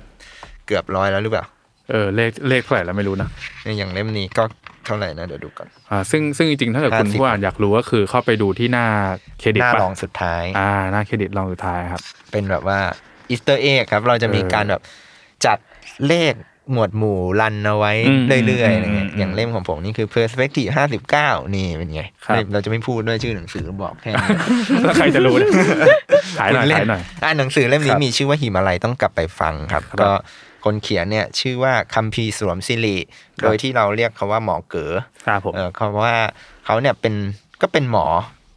S1: เกือบร้อยแล้วหรือเปล่า
S2: เออเลขเลขเท่าไหร่แล้วไม่รู้นะ
S1: เนี่ยอย่างเล่มนี้ก็เท่าไหร่นะเดี๋ยวดูก่อน
S2: อ่าซึ่งซึ่งจริงๆ ถ้าเกิดคุณ
S1: 50
S2: ผู้อ่านอยากรู้ก็คือเข้าไปดูที่หน้าเครดิ
S1: ห
S2: ต
S1: น้า
S2: ป่ะ
S1: รองสุดท้าย
S2: อ่าหน้าเครดิตรองสุดท้าย ครับ
S1: เป็นแบบว่าอีสเตอร์เอ็กครับ เราจะมีการแบบจัดเลขหมวดหมู่รันเอาไว้
S2: อืม
S1: เรื่อยๆอะไรเงี้ย
S2: อืม
S1: อย่างเล่มของผมนี่คือ Perspective 59 นี่เป็นไง
S2: ครับ
S1: เราจะไม่พูดด้วยชื่อหนังสือบอกแค่ นี้
S2: แล้วใครจะรู้นะ ขายหน่อย
S1: คุณเล่
S2: ขายหน่อย
S1: อ่านหนังสือเล่มนี้
S2: ครับ
S1: มีชื่อว่าหิมาลัยต้องกลับไปฟังครับ
S2: ครับ
S1: ก็คนเขียนเนี่ยชื่อว่าคัมพีร์สวมสิริ
S2: ครับ
S1: โดยที่เราเรียกเขาว่าหมอเก๋อ
S2: ครับผม
S1: เออเขาว่าเขาเนี่ยเป็นก็เป็นหมอ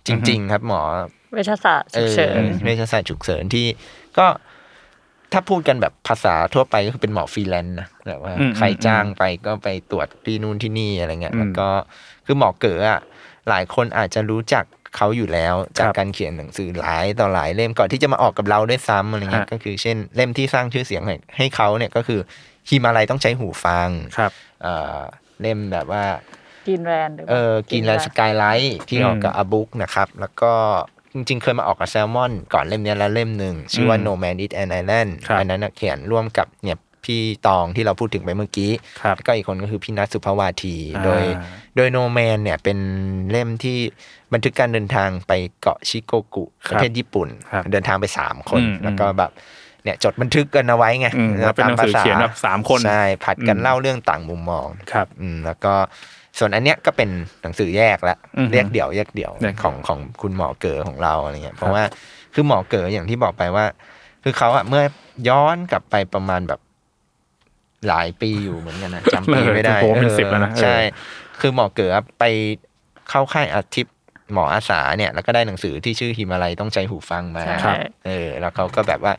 S1: จริง ๆ ครับหมอ
S3: เวชศาสตร์
S1: เอ
S3: ฉุก
S1: อ
S3: เฉิน
S1: เวชศาสตร์ฉุกเฉินที่ก็ถ้าพูดกันแบบภาษาทั่วไปก็คือเป็นหมอฟรีแลนซ์นะแบบว่า
S2: อืม
S1: ใครจ้างไปก็ไปตรวจที่นู่นที่นี่อะไรเงี้ย
S2: อืม
S1: แล้วก็คือหมอเก๋ออะหลายคนอาจจะรู้จักเขาอยู่แล้ว จาก
S2: ครับ
S1: การเขียนหนังสือหลายต่อหลายเล่มก่อนที่จะมาออกกับเราด้วยซ้ำอะไรเงี้ย
S2: ฮะ
S1: ก็คือเช่น เล่มที่สร้างชื่อเสียงให้ให้เขาเนี่ยก็คือฮิมาลัยต้องใช้หูฟัง
S2: ครับ
S1: เอ่อเล่มแบบว่า
S3: กินแรนหรือ
S1: เออกินแลนสกายไลท์ที่ออกกับ
S2: อืม
S1: อาบุ๊กนะครับ แล้วก็จริงๆ เคยมาออกกับแซลมอน ก่อนเล่มเนี้ยแล้วเล่มหนึ่ง ชื่อว่า
S2: อืม
S1: No Man Is an Island
S2: ครับ
S1: อันนั้นนะเขียนร่วมกับเนี่ยพี่ตองที่เราพูดถึงไปเมื่อกี้
S2: ครับ
S1: แล้วก็อีกคนก็คือพี่นัทสุภาวาที
S2: อ่า
S1: โดย โดยโนแมนเนี่ยเป็นเล่มที่บันทึกการเดินทางไปเกาะชิโกกุป
S2: ครับ
S1: ระเทศญี่ปุ่น
S2: ครับ
S1: เดินทางไป 3 คน
S2: อืม
S1: แล้วก็แบบเนี่ยจดบันทึกกันเอาไว้ไง
S2: อืมแล้วเป็นหนังสือ
S1: ตมภาษา
S2: เขียนแบบสามคน
S1: ใช่ผัดกันเล่าเรื่องต่างมุมมอง
S2: ครับ
S1: อืมแล้วก็ส่วนอันเนี้ยก็เป็นหนังสือแยกละ
S2: อือฮึ
S1: เรียกเดี่ยวแยกเดี่ยว
S2: แยกเดี่ยว
S1: ของของคุณหมอเก๋อของเราอะไรเงี้ยเพราะว่าคือหมอเก๋ออย่างที่บอกไปว่า คือเขาอะเมื่อย้อนกลับไปประมาณแบบหลายปีอยู่เหมือนกัน นะจำปี
S2: เออ
S1: ไม่ได้
S2: โอ้โหเป็น
S1: ออ
S2: สิบแล้วนะเออ
S1: ใช่ คือหมอเก๋อไปเข้าค่ายอาทิตย์หมออาสาเนี่ย แล้วก็ได้หนังสือที่ชื่อฮิมาลัยต้องใช้หูฟังมา
S3: ใช่
S1: เออแล้วเขาก็แบบว่า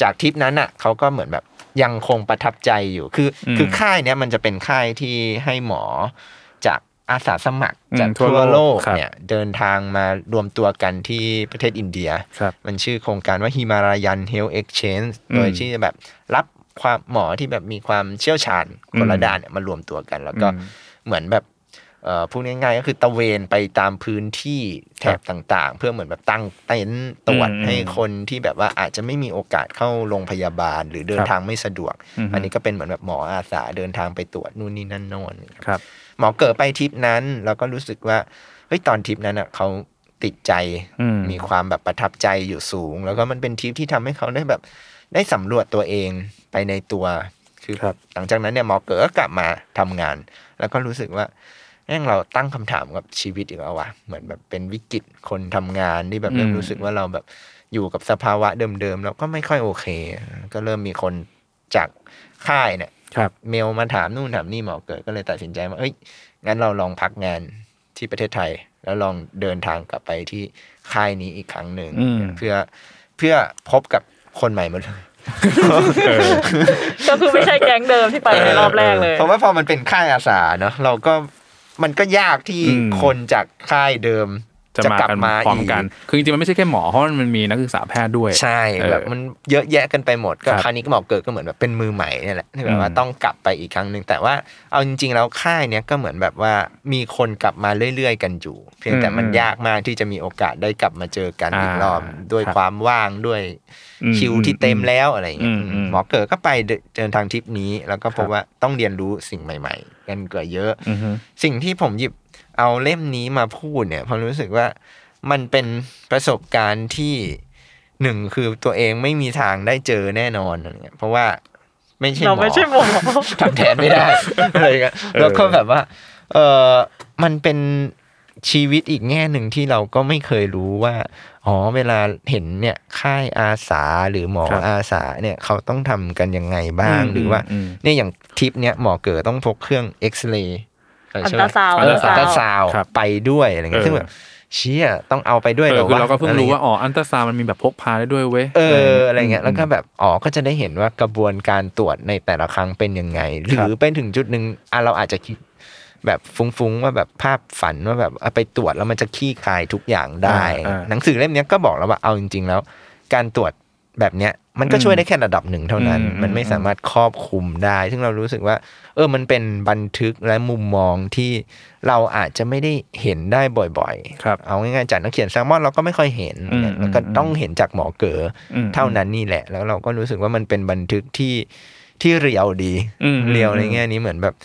S1: จากทริปนั้นอ่ะเขาก็เหมือนแบบยังคงประทับใจอยู่คืออ
S2: ม
S1: คือค่ายเนี้ยมันจะเป็นค่ายที่ให้หมอจากอาสาสมัคร
S2: อืม
S1: จาก
S2: ทั่ว
S1: ทั่วโลก
S2: โลกครับ
S1: เนี่ยเดินทางมารวมตัวกันที่ประเทศอินเดีย
S2: ครับ
S1: มันชื่อโครงการว่าฮิมารายันเฮลเอ็ก a n น e
S2: อืม
S1: โดยที่แบบรับความหมอที่แบบมีความเชี่ยวชาญคนละ
S2: อืม
S1: ด้านเนี่ยมารวมตัวกัน แล้วก็
S2: อืม
S1: เหมือนแบบเอ่อพูดง่ายๆก็คือตะเวนไปตามพื้นที่แถ
S2: ครับ
S1: บต่างๆ เพื่อเหมือนแบบตั้งเต็นท์ตรวจ
S2: อืม
S1: ให้คน คนที่แบบว่าอาจจะไม่มีโอกาสเข้าโรงพยาบาลหรือเดิน
S2: ครับ
S1: ทางไม่สะดวก
S2: อือฮึ
S1: อันนี้ก็เป็นเหมือนแบบหมออาสาเดินทางไปตรวจนู่นนี่นั่นโน่นครับ
S2: ครับ
S1: หมอเกิดไปทริปนั้นเราก็รู้สึกว่าเฮ้ยตอนทริปนั้นอ่ะเขาติดใจ
S2: อืม
S1: มีความแบบประทับใจอยู่สูง แล้วก็มันเป็นทริปที่ทำให้เขาได้แบบได้สำรวจตัวเองไปในตัวคือ
S2: ครับ
S1: หลังจากนั้นเนี่ยหมอเกิดก็กลับมาทำงาน แล้วก็รู้สึกว่าแม่งเราตั้งคำถามกับชีวิตอีกแล้วว่ะเหมือนแบบเป็นวิกฤตคนทำงานที่แบบเริ่มรู้สึกว่าเราแบบอยู่กับสภาวะเดิมๆแล้วก็ไม่ค่อยโอเค ก็เริ่มมีคนจากค่ายเนี่ย
S2: ครับ
S1: เมลมาถามนู่นถามนี่หมอเกิดก็เลยตัดสินใจว่าเอ้ยงั้นเราลองพักงานที่ประเทศไทย แล้วลองเดินทางกลับไปที่ค่ายนี้อีกครั้งหนึ่ง
S2: อืม
S1: เพื่อเพื่อพบกับคนใหม่หมดเลย
S3: ก็คือไม่ใช่แก๊งเดิมที่ไปในรอบแรกเลย
S1: เพราะว่าพอมันเป็นค่ายอาสาเนอะเราก็มันก็ยากที่
S2: อืม
S1: คนจากค่ายเดิม
S2: จะมากันพร้อมกัน คือจริงๆมันไม่ใช่แค่หมอเพราะมันมีนักศึกษาแพทย์ด้วย
S1: ใช่
S2: เออ
S1: แบบมันเยอะแยะกันไปหมดก็
S2: ครับ
S1: คราวนี้ก็หมอเกิดก็เหมือนแบบเป็นมือใหม่เนี่ยแหละที่แบ
S2: อื
S1: บ
S2: ม
S1: ว่าต้องกลับไปอีกครั้งหนึ่งแต่ว่าเอาจริง ๆ แล้วค่ายเนี้ยก็เหมือนแบบว่ามีคนกลับมาเรื่อยๆ กันอยู่ เพียงแต่มันยากมากที่จะมีโอกาสได้กลับมาเจอกันอีกรอบด้วยความว่างด้วย
S2: อืม
S1: คิวที่เต็มแล้วอะไรอย่างเงี้ย
S2: อืมอืม
S1: หมอเกิดก็ไปเดินทางทริปนี้ แล้วก็พ
S2: ค
S1: บ
S2: รับ
S1: ว่าต้องเรียนรู้สิ่งใหม่ ๆ กันเกิดเยอะ
S2: อือฮึ
S1: สิ่งที่ผมหยิบเอาเล่มนี้มาพูดเนี่ยผมรู้สึกว่ามันเป็นประสบการณ์ที่หนึ่งคือตัวเองไม่มีทางได้เจอแน่นอนอะไรเงี้ยเพราะว่าไม่ใช่หม
S3: เรา
S1: อ
S3: ไม่ใช่หมอ
S1: ทำแทนไม่ได้ อะไรเงี้ยแล้วก็แบบว่า เออมันเป็นชีวิตอีกแง่หนึ่งที่เราก็ไม่เคยรู้ว่า อ๋อ เวลาเห็นเนี่ยค่ายอาสาหรือหมอ
S2: ครับ
S1: อาสาเนี่ยเขาต้องทำกันยังไงบ้าง
S2: อืม
S1: หรือว่า
S2: อืม
S1: เนี่ยอย่างทริปเนี่ยหมอเกิดต้องพกเครื่องเอ็กซเรย์ะไรใช่ไหม
S3: อัลตราซาวด์
S1: เอออัลตราซาวด์
S2: ครับ
S1: ไปด้วยอะไรเงี้
S2: เอย อ
S1: ซึ่งแบบเชี่ยต้องเอาไปด้วย
S2: เอ
S1: หร
S2: อ
S1: อ
S2: คือ
S1: วะ
S2: เราก็เพิ่งรู้
S1: อะไรเงี้ย
S2: ว่าอ๋ออันตราซาวน์มันมีแบบพกพาได้ด้วยเว้ย
S1: เอออะไรเงี้ยแล้วก็แบบอ๋อก็จะได้เห็นว่ากระบวนการตรวจในแต่ละครั้งเป็นยังไง หรือเป็นถึงจุดหนึ่งอ่ะเราอาจจะคิดแบบฟุ้งๆว่าแบบภาพฝันว่าแบบเอาไปตรวจแล้วมันจะขี้คายทุกอย่างได้
S2: อ่าอ่า
S1: หนังสือเล่มเนี้ยก็บอกแล้วว่าเอาจริง ๆ แล้ว การตรวจแบบเนี้ยมันก็ช่วยได้แค่ระดับหนึ่งเท่านั้น
S2: อืมอืม
S1: มันไม่สามารถครอบคลุมได้ ซึ่งเรารู้สึกว่า เออมันเป็นบันทึกและมุมมองที่เราอาจจะไม่ได้เห็นได้บ่อยๆ
S2: ครับ
S1: เอาง่ายๆจากนักเขียนแซลมอนเราก็ไม่ค่อยเห็น
S2: อืม
S1: แล้วก็
S2: อืม
S1: ต้องเห็นจากหมอเก๋ออ
S2: ม
S1: เท่านั้นนี่แหละ แล้วเราก็รู้สึกว่ามันเป็นบันทึกที่ที่เรียวดี
S2: อืม
S1: เรียว
S2: อืม
S1: ในแง่นี้เหมือนแบบ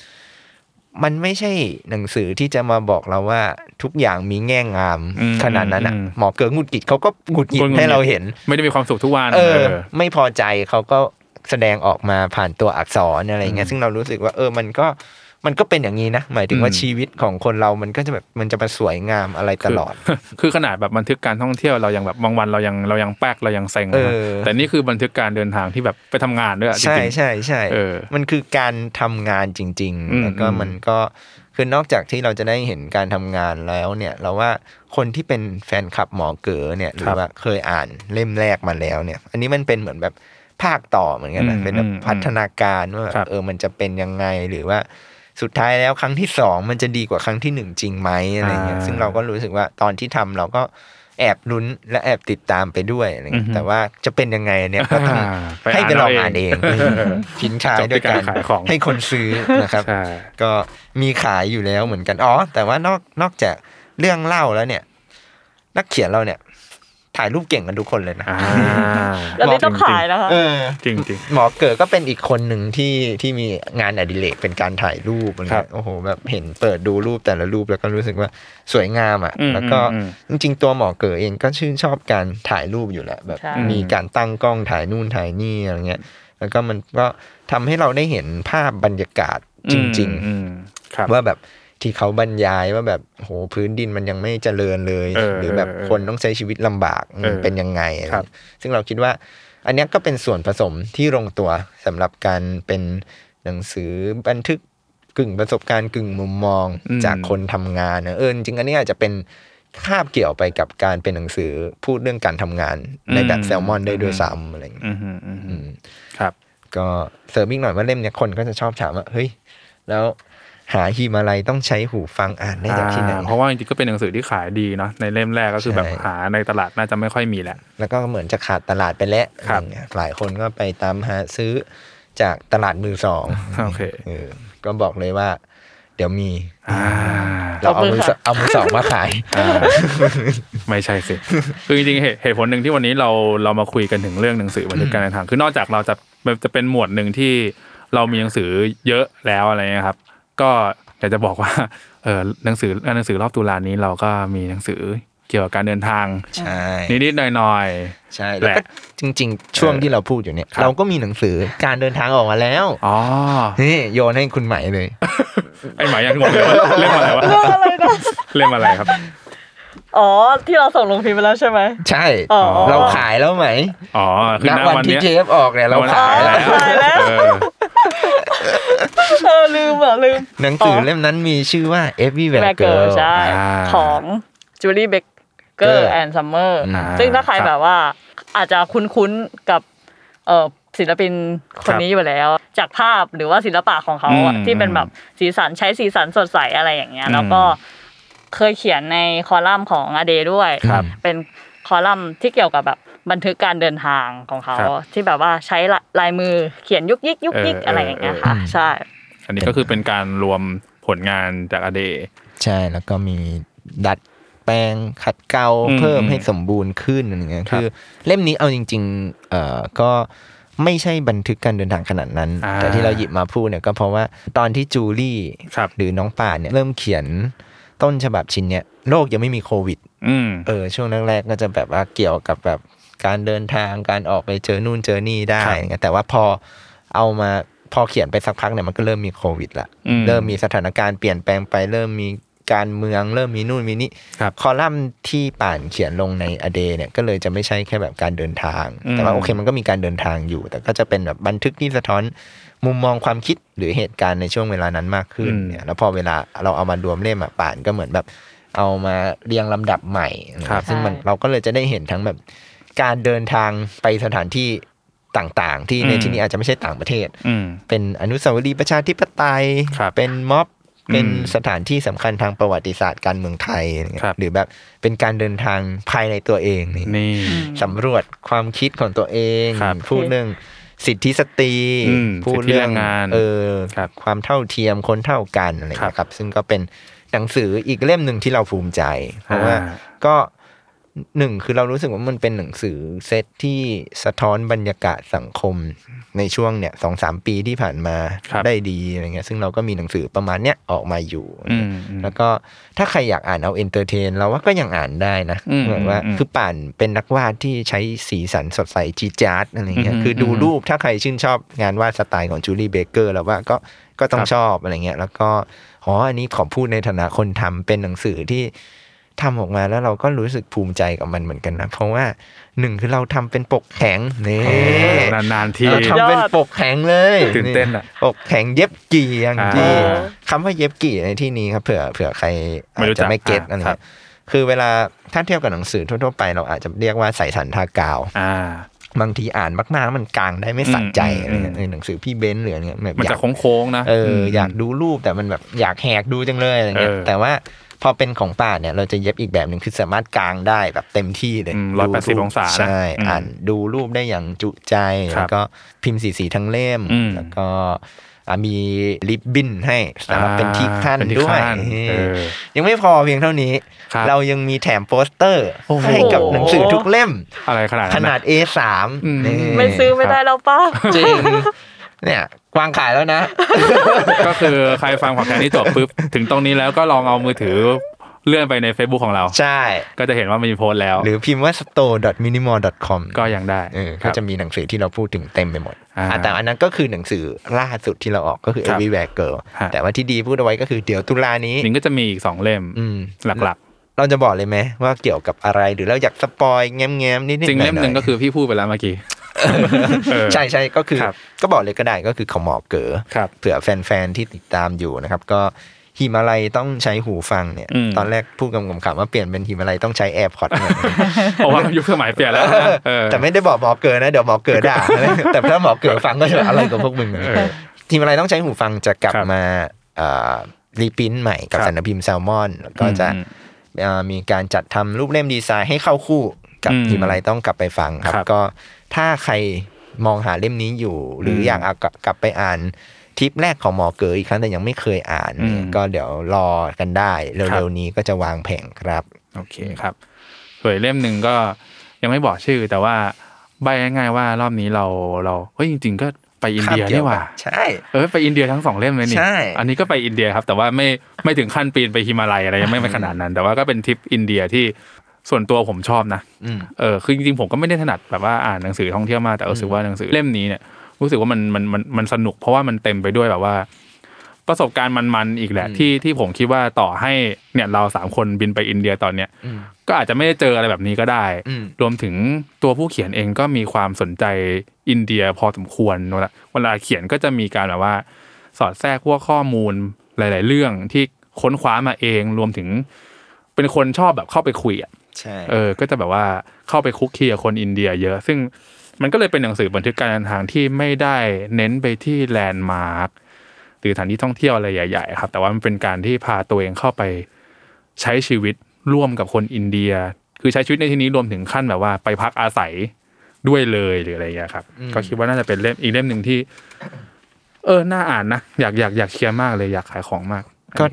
S1: มันไม่ใช่หนังสือที่จะมาบอกเราว่าทุกอย่างมีแง่งาม
S2: อืม
S1: ขนาดนั้นอ่ะ
S2: อืม
S1: หมอเก๋อหงุดหงิดเขาก็หงุดหงิด
S2: คน
S1: ให้เราเห็น
S2: ไม่ได้มีความสุขทุกวัน
S1: เออ
S2: เออ
S1: ไม่พอใจเขาก็แสดงออกมาผ่านตัวอักษรอะไรเงี้ยซึ่งเรารู้สึกว่า เออมันก็มันก็เป็นอย่างนี้นะ หมายถึงว่า
S2: อืม
S1: ชีวิตของคนเรามันก็จะแบบมันจะมาสวยงามอะไรตลอด
S2: คือ ขนาดแบบบันทึกการท่องเที่ยวเรายังแบบบางวันเรายังเรายังแป๊กเรายังเซ็ง
S1: เออ
S2: นะแต่นี่คือบันทึกการเดินทางที่แบบไปทำงานด้วยอะจริง
S1: ใช่
S2: ๆ
S1: ใช่ใช่
S2: เออ
S1: มันคือการทำงานจริง
S2: อื
S1: ๆ
S2: ม
S1: แล้วก็
S2: อืม
S1: มันก็คือนอกจากที่เราจะได้เห็นการทำงานแล้วเนี่ย เราว่าคนที่เป็นแฟนคลับหมอเก๋อเนี่ยหรื
S2: ครั
S1: อบ ว่าเคยอ่านเล่มแรกมาแล้วเนี่ย อันนี้มันเป็นเหมือนแบบภาคต่อเหมือนกัน
S2: อื
S1: นะ
S2: ม
S1: เป็นแบบ
S2: อืม
S1: พัฒนาการว่า
S2: ครับ
S1: เออมันจะเป็นยังไงหรือว่าสุดท้ายแล้วครั้งที่สองมันจะดีกว่าครั้งที่หนึ่งจริงไหมอะไรเงี้ย
S2: อ่า
S1: ซึ่งเราก็รู้สึกว่าตอนที่ทำเราก็แอบลุ้นและแอบติดตามไปด้วยอะไรเงี้ยแต่ว่าจะเป็นยังไงเนี่ยก็ ต้อง
S2: อ่าไป
S1: ให้ไปลองอ่า
S2: อ่าน น
S1: เอ
S2: เอง ง
S1: ทิ้งท้าย
S2: จบที่
S1: ด้วยการ
S2: การขายของ
S1: ให้คนซื้อนะครับ
S2: ใช่
S1: ก็มีขายอยู่แล้วเหมือนกันอ๋อแต่ว่านอกนอกจากเรื่องเล่าแล้วเนี่ย นักเขียนเราเนี่ย ถ่ายรูปเก่งกันทุกคนเลยนะ
S2: อ่า
S3: แล้วนี่ต้องขายนะคะ
S1: เออ
S2: จริงๆจริง
S1: หมอเกิดก็เป็นอีกคนหนึ่งที่ที่มีงานอดิเรกเป็นการถ่ายรูปอะไร
S2: ครั
S1: เงี้
S2: บ
S1: ยโอ้โหแบบเห็นเปิดดูรูปแต่ละรูปแล้วก็รู้สึกว่าสวยงามอ่ะ
S2: อืม
S1: แล้วก็
S2: อืม
S1: จริง ๆ ตัวหมอเกิดเองก็ชื่นชอบการถ่ายรูปอยู่แหละแบบ
S3: ใช่
S1: มีการตั้งกล้องถ่ายนู่นถ่ายนี่อะไรเงี้ย แล้วก็มันก็ทำให้เราได้เห็นภาพบรรยากาศ
S2: ๆ
S1: จริง
S2: อืมครับ
S1: ๆ ว่าแบบที่เขาบรรยายว่าแบบโหพื้นดินมันยังไม่เจริญเลย
S2: เออ
S1: หรือแบบ
S2: เออ
S1: คนต้องใช้ชีวิตลำบาก
S2: เออ
S1: เป็นยังไงอะไร
S2: ครับ
S1: ซึ่งเราคิดว่า อันเนี้ยก็เป็นส่วนผสมที่ลงตัวสำหรับการเป็นหนังสือบันทึกกึ่งประสบการณ์กึ่งมุมมอง
S2: อืม
S1: จากคนทำงานนะเออจริงๆอันนี้อาจจะเป็นคาบเกี่ยวไปกับการเป็นหนังสือพูดเรื่องการทำงานในแบบแซลมอนได้ด้วยซ้ำอะไรอย่างเงี้ย
S2: อืมอืมอืม
S1: อืม
S2: ครับ
S1: ก็เสริมอีกหน่อยว่าเล่มเนี้ยคนก็จะชอบถามว่า เฮ้ย แล้วหาฮีมาลัยต้องใช้หูฟังอ่านได้จากที่ไหน
S2: อ่าเพราะว่าจริงๆก็เป็นหนังสือที่ขายดีเนาะในเล่มแรกก็คือแบบ
S1: ใช่
S2: หาในตลาดน่าจะไม่ค่อยมีแหละ
S1: แล้วก็เหมือนจะขาดตลาดไปแล้ว
S2: ครั
S1: อะ
S2: บ
S1: ไรเงี้ยหลายคนก็ไปตามหาซื้อจากตลาดมือสอง
S2: โอเค
S1: เออก็บอกเลยว่า เดี๋ยวมี
S2: อ่า
S1: เราเอามือสองเอามือสองมาขาย
S2: ไม่ใช่สิ คือจริงๆเหตุเหตุผลหนึ่งที่วันนี้เราเรามาคุยกันถึงเรื่องหนังสือบันทึกการเดินทาง คือนอกจากเราจะมันจะเป็นหมวดหนึ่งที่เรามีหนังสือเยอะแล้วอะไรเงี้ยครับ ก็อยากจะบอกว่าเออหนังสือหนังสือรอบตุลานี้เราก็มีหนังสือเกี่ยวกับการเดินทาง
S1: ใช่
S2: นิดๆหน่อย
S1: ใช่แล้วก็
S2: แหละ
S1: จริง ๆ ช่วงที่เราพูดอยู่เนี่ย
S2: ครับ
S1: เราก็มีหนังสือการเดินทางออกมาแล้ว
S2: ๆอ๋อ
S1: นี่โยนให้คุณใหม่เลย
S2: ไอหมายยังงงเลยว่าเล่มอะไรวะ
S3: อะไรนะ
S2: เล่มอะไรครับ
S3: อ๋อที่เราส่งลงพิมพ์ไปแล้วใช่ไหม
S1: ใช่
S3: อ๋อ
S1: เราขายแล้วไหม
S2: อ๋อคือ
S1: ณ
S2: ณ
S1: วัน
S2: วัน
S1: ที่
S2: เนี้ย
S1: เทปออกเนี่ยเราขายแล้ว
S3: ขายแล้ว
S2: เออ
S3: เออลืมอ่ะลืม
S1: หนังสือเล่มนั้นมีชื่อว่า Everywhere Girl
S3: ใช่
S2: อ่า
S3: ของจูลี่เบเกอ
S1: Baker
S3: ร์แอนด์ซัมเมอร์
S1: อ่า
S3: ซึ่งถ้าใคร
S2: ครับ
S3: แบบว่าอาจจะคุ้นๆกับเอ่อศิลปินคนนี้อยู่แล้ว จากภาพหรือว่าศิลปะของเขาอะ
S2: อืม
S3: ที่เป็นแบบสีสันใช้สีสันสดใสอะไรอย่างเงี้ย
S2: อืม
S3: แล้วก็เคยเขียนในคอลัมน์ของอเดด้วย
S2: ครับ
S3: เป็นคอลัมน์ที่เกี่ยวกับแบบบันทึกการเดินทางของเขา
S2: ครับ
S3: ที่แบบว่าใช้ละลายมือเขียนยุกยิกยุกยิก
S2: เอออ
S3: อะไรอย่างเงี้ย
S2: เออ
S3: ค่ะ ใช่
S2: อันนี้ก็คือเป็นการรวมผลงานจากอเด
S1: ใช่แล้วก็มีดัดแปลงขัดเกลา
S2: อืม
S1: เพิ่มให้สมบูรณ์ขึ้นอะไรเงี้ย
S2: ครับ
S1: คือเล่มนี้เอาจริงๆเอ่อก็ไม่ใช่บันทึกการเดินทางขนาดนั้น
S2: อ่า
S1: แต่ที่เราหยิบมาพูดเนี่ยก็เพราะว่าตอนที่จูลี่
S2: ครับ
S1: หรือน้องป่านเนี่ยเริ่มเขียนต้นฉบับชิ้นเนี่ยโลกยังไม่มีโควิด
S2: อืม
S1: เออช่วงแรกๆก็จะแบบว่าเกี่ยวกับแบบการเดินทางการออกไปเจอนู่นเจอนี่ได้
S2: ครับ
S1: อย่างเงี้ยแต่ว่าพอเอามาพอเขียนไปสักพักเนี่ยมันก็เริ่มมีโควิดละ
S2: อืม
S1: เริ่มมีสถานการณ์เปลี่ยนแปลงไป เริ่มมีการเมือง เริ่มมีนู่นมีนี่
S2: ครับ
S1: คอลัมน์ที่ป่านเขียนลงในอเดเนี่ยก็เลยจะไม่ใช่แค่แบบการเดินทาง
S2: อืม
S1: แต่ว่าโอเคมันก็มีการเดินทางอยู่ แต่ก็จะเป็นแบบบันทึกที่สะท้อนมุมมองความคิดหรือเหตุการณ์ในช่วงเวลานั้นมากขึ้น
S2: อืม
S1: เนี่ย แล้วพอเวลาเราเอามารวมเล่มอะป่านก็เหมือนแบบเอามาเรียงลำดับใหม่อะไร
S2: ครั
S1: เงี้
S2: บ
S1: ยซึ่งมัน
S3: ใช่
S1: เราก็เลยจะได้เห็นทั้งแบบการเดินทางไปสถานที่ต่างๆ ที่ในที่นี้อาจจะไม่ใช่ต่างประเทศ
S2: อืม
S1: เป็นอนุสาวรีย์ประชาธิปไตย
S2: ครับ
S1: เป็นม็อบ
S2: อืม
S1: เป็นสถานที่สำคัญทางประวัติศาสตร์การเมืองไทยอะไรเงี้ย
S2: ครับ
S1: หรือแบบเป็นการเดินทางภายในตัวเองนี่
S2: นี่
S1: สำรวจความคิดของตัวเอง
S2: ครับ
S1: พูดเรื่องสิทธิสตรี
S2: อืม
S1: พูด
S2: สิทธิแรงงาน
S1: เออ
S2: ครับ
S1: ความเท่าเทียมคนเท่ากันอะไรอย่างเงี้ยครับ ซึ่งก็เป็นหนังสืออีกเล่มหนึ่งที่เราภูมิใจ เพราะว่า
S2: อ่า
S1: ก็หนึ่งคือเรารู้สึกว่ามันเป็นหนังสือเซตที่สะท้อนบรรยากาศสังคมในช่วงเนี่ยสองสามปีที่ผ่านมา
S2: ครับ
S1: ได้ดีอะไรเงี้ยซึ่งเราก็มีหนังสือประมาณเนี้ยออกมาอยู่
S2: อืมอืม
S1: แล้วก็ถ้าใครอยากอ่านเอาเอนเตอร์เทนเราว่าก็ยังอ่านได้นะ
S2: อืม
S1: เหมือนว่า
S2: อืม
S1: คือ ป่านเป็นนักวาดที่ใช้สีสันสดใสจีดจาร์ดอะไรเงี้ย
S2: อืม
S1: คือดู
S2: อืม
S1: รูปถ้าใครชื่นชอบงานวาดสไตล์ของจูลี่เบเกอร์แล้วว่าก็ก็ต้อ
S2: ค
S1: ง
S2: รับ
S1: ชอบอะไรเงี้ย แล้วก็อ๋ออันนี้ขอพูดในฐานะคนทำเป็นหนังสือที่ทำออกมาแล้วเราก็รู้สึกภูมิใจกับมันเหมือนกันนะ เพราะว่าหนึ่งคือเราทำเป็นปกแข็งนี่
S2: นานๆที
S1: เราทำเป็นปกแข็งเลย
S2: ตื่นเต้นอะ
S1: ปกแข็งเย็บกี่อย่างที่
S2: อ่า
S1: คำว่าเย็บกี่ในที่นี้ครับเผื่อเผื่อใครอา
S2: ไม่
S1: จ
S2: รู้จั
S1: จะ
S2: ก
S1: ไม่เก็ต
S2: อ่า
S1: อะไร
S2: ครั
S1: เงี้
S2: บ
S1: ย คือเวลาถ้าเทียบกับหนังสือทั่วๆไปเราอาจจะเรียกว่าใส่สันทากาว
S2: อ่า
S1: บางทีอ่านมากๆแล้วมันกลางได้ไม่สะใจ
S2: อืม
S1: อะไรเงี้ย
S2: อืม
S1: เออหนังสือพี่เบนซ์หรืออะไรเงี้ยแบบ
S2: มัน
S1: อยา
S2: จะ
S1: ก
S2: โค้งๆนะ
S1: เอออยากดูรูปแต่มันแบบอยากแหกดูจังเลยอะไรเงี้ย
S2: เออ
S1: แต่ว่าพอเป็นของป่าดเนี่ยเราจะเย็บอีกแบบหนึ่งคือสามารถกลางได้แบบเต็มที่เลย
S2: อืม180องศานะ
S1: ใช่
S2: อืม
S1: อ่านดูรูปได้อย่างจุใจ
S2: ครับ
S1: แล้วก็พิมพ์สีสีๆทั้งเล่ม
S2: อืม
S1: แล้วก็อ่ะมีริบบิ้นให้สำหรับเป็นที่ขั้น
S2: เป็นที่
S1: ด้วย
S2: ขั้นเออ
S1: ยังไม่พอเพียงเท่านี้
S2: ครับ
S1: เรายังมีแถมโปสเตอร์
S2: โอ้โห
S1: ให้กับหนังสือทุกเล่ม
S2: อะไรขนา
S1: ข
S2: ดนั้น
S1: นา
S2: นะ
S1: ด A3
S2: อืม
S1: นี่
S3: ไม่ซื้อไม่ได้แล้วป้า
S1: จริง เนี่ย กวางขายแล้วนะ
S2: ก็คือใครฟังของแค่นี้จบปุ๊บ ถึงตรงนี้แล้วก็ลองเอามือถือเลื่อนไปใน Facebook ของเรา
S1: ใช่
S2: ก็จะเห็นว่ามันมีโพสต์แล้ว
S1: หรือพิมพ์ว่า store.minimal.com
S2: ก็ยังได้
S1: เออ
S2: ค
S1: ก็
S2: รับ
S1: จะมีหนังสือที่เราพูดถึงเต็มไปหมด
S2: อ่า
S1: อ่ะแต่อันนั้นก็คือหนังสือล่าสุดที่เราออกก็คือ
S2: ครับ
S1: Everywhere Girl
S2: ฮะ
S1: แต่ว่าที่ดีพูดเอาไว้ก็คือเดี๋ยวตุลานี้
S2: นิงก็จะมีอีกสองเล่ม
S1: อืม
S2: หลัก
S1: เราจะบอกเลยไหมว่าเกี่ยวกับอะไรหรือเราอยากสปอยแง้มๆนิด
S2: ๆ
S1: ๆ
S2: จริง
S1: น่อยๆ
S2: เล่มหนึ่งก็คือพี่พูดไปแล้วเมื่อกี้
S1: ใช่ใช่ก็คือ
S2: ครับ
S1: ก็บอกเลยก็ได้ก็คือของหมอเก๋อ
S2: ครับ
S1: เผื่อแฟนๆที่ติดตามอยู่นะครับ ก็หิมาลัยต้องใช้หูฟังเนี่ย
S2: อืม
S1: ตอนแรกพูดกำๆว่าเปลี่ยนเป็นหิมาลัยต้องใช้แอร์พอด
S2: เพราะว่ายุคสมัยเปลี่ยนแล้วนะเออ
S1: แต่ไม่ได้บอกหมอเก๋อนะ เดี๋ยวหมอเก๋อ ด่า แต่ถ้าหมอเก๋อฟังก็จะอะไรกับพวกมึง
S2: เออ
S1: หิมาลัยต้องใช้หูฟังจะกลับ
S2: ครับ
S1: มาเอ่อรีปรินท์ใหม่กับ
S2: ครับ
S1: สันนพิมพ์แซลมอนแล้วก็จะ
S2: อืม
S1: เอ่อมีการจัดทำรูปเล่มดีไซน์ให้เข้าคู่กับ
S2: อืม
S1: หิมาลัย ต้องกลับไปฟังครับ
S2: ครับ
S1: ก็ถ้าใครมองหาเล่มนี้อยู่ หรือ
S2: ม
S1: อยากเอากลับกลับไปอ่านทริปแรกของหมอเก๋ออีกครั้งแต่ยังไม่เคยอ่าน
S2: อืม
S1: ก็เดี๋ยวรอกันได้
S2: ครั
S1: เร็ว
S2: บ
S1: ๆนี้ก็จะวางแผงครับ
S2: โอเคครับส่วนเล่มหนึ่งก็ยังไม่บอกชื่อ แต่ว่าใบง่ายๆว่ารอบนี้เราเราเฮ้ยจริง ๆ ก็ไปอินเดียนี่หว่า
S1: ใช่
S2: เออไปอินเดียทั้งสองเล่มเลยนี่
S1: ใช่
S2: อันนี้ก็ไปอินเดียครับ แต่ว่าไม่ไม่ถึงขั้นปีนไปฮิมาลัยอะไรยังไม่ไม่ขนาดนั้น แต่ว่าก็เป็นทริปอินเดียที่ส่วนตัวผมชอบนะ
S1: อืม
S2: เออคือจริงๆผมก็ไม่ได้ถนัดแบบว่าอ่านหนังสือท่องเที่ยวมากแต่รู้สึกว่าหนังสือเล่มนี้เนี่ยรู้สึกว่ามันมันมันมันสนุกเพราะว่ามันเต็มไปด้วยแบบว่า ประสบการณ์มันๆอีกแหละที่ที่ผมคิดว่าต่อให้เนี่ยเราสามคนบินไปอินเดียตอนเนี้ย
S1: อืม
S2: ก็อาจจะไม่ได้เจออะไรแบบนี้ก็ได้
S1: อืม
S2: รวมถึงตัวผู้เขียนเองก็มีความสนใจอินเดียพอสมควรเวลาเวลาเขียนก็จะมีการแบบว่า สอดแทรกพวกข้อมูลหลาย ๆ เรื่องที่ค้นคว้ามาเองรวมถึง เป็นคนชอบแบบเข้าไปคุยอ่ะ
S1: ใช่
S2: เออ ก็จะแบบว่าเข้าไปคุกคีกับคนอินเดียเยอะ ซึ่งมันก็เลยเป็นหนังสือบันทึกการเดินทางที่ไม่ได้เน้นไปที่แลนด์มาร์คหรือสถานที่ท่องเที่ยวอะไรใหญ่ ๆ ครับ แต่ว่ามันเป็นการที่พาตัวเองเข้าไปใช้ชีวิตร่วมกับคนอินเดีย คือใช้ชีวิตในที่นี้รวมถึงขั้นแบบว่าไปพักอาศัยด้วยเลยหรืออะไรอย่างเงี้ยครับ ก็คิดว่าน่าจะเป็นเล่มอีกเล่มหนึ่งที่ เออ น่าอ่านนะ อยากอยากอยากเชียร์มากเลยอยากขายของมาก
S1: ก็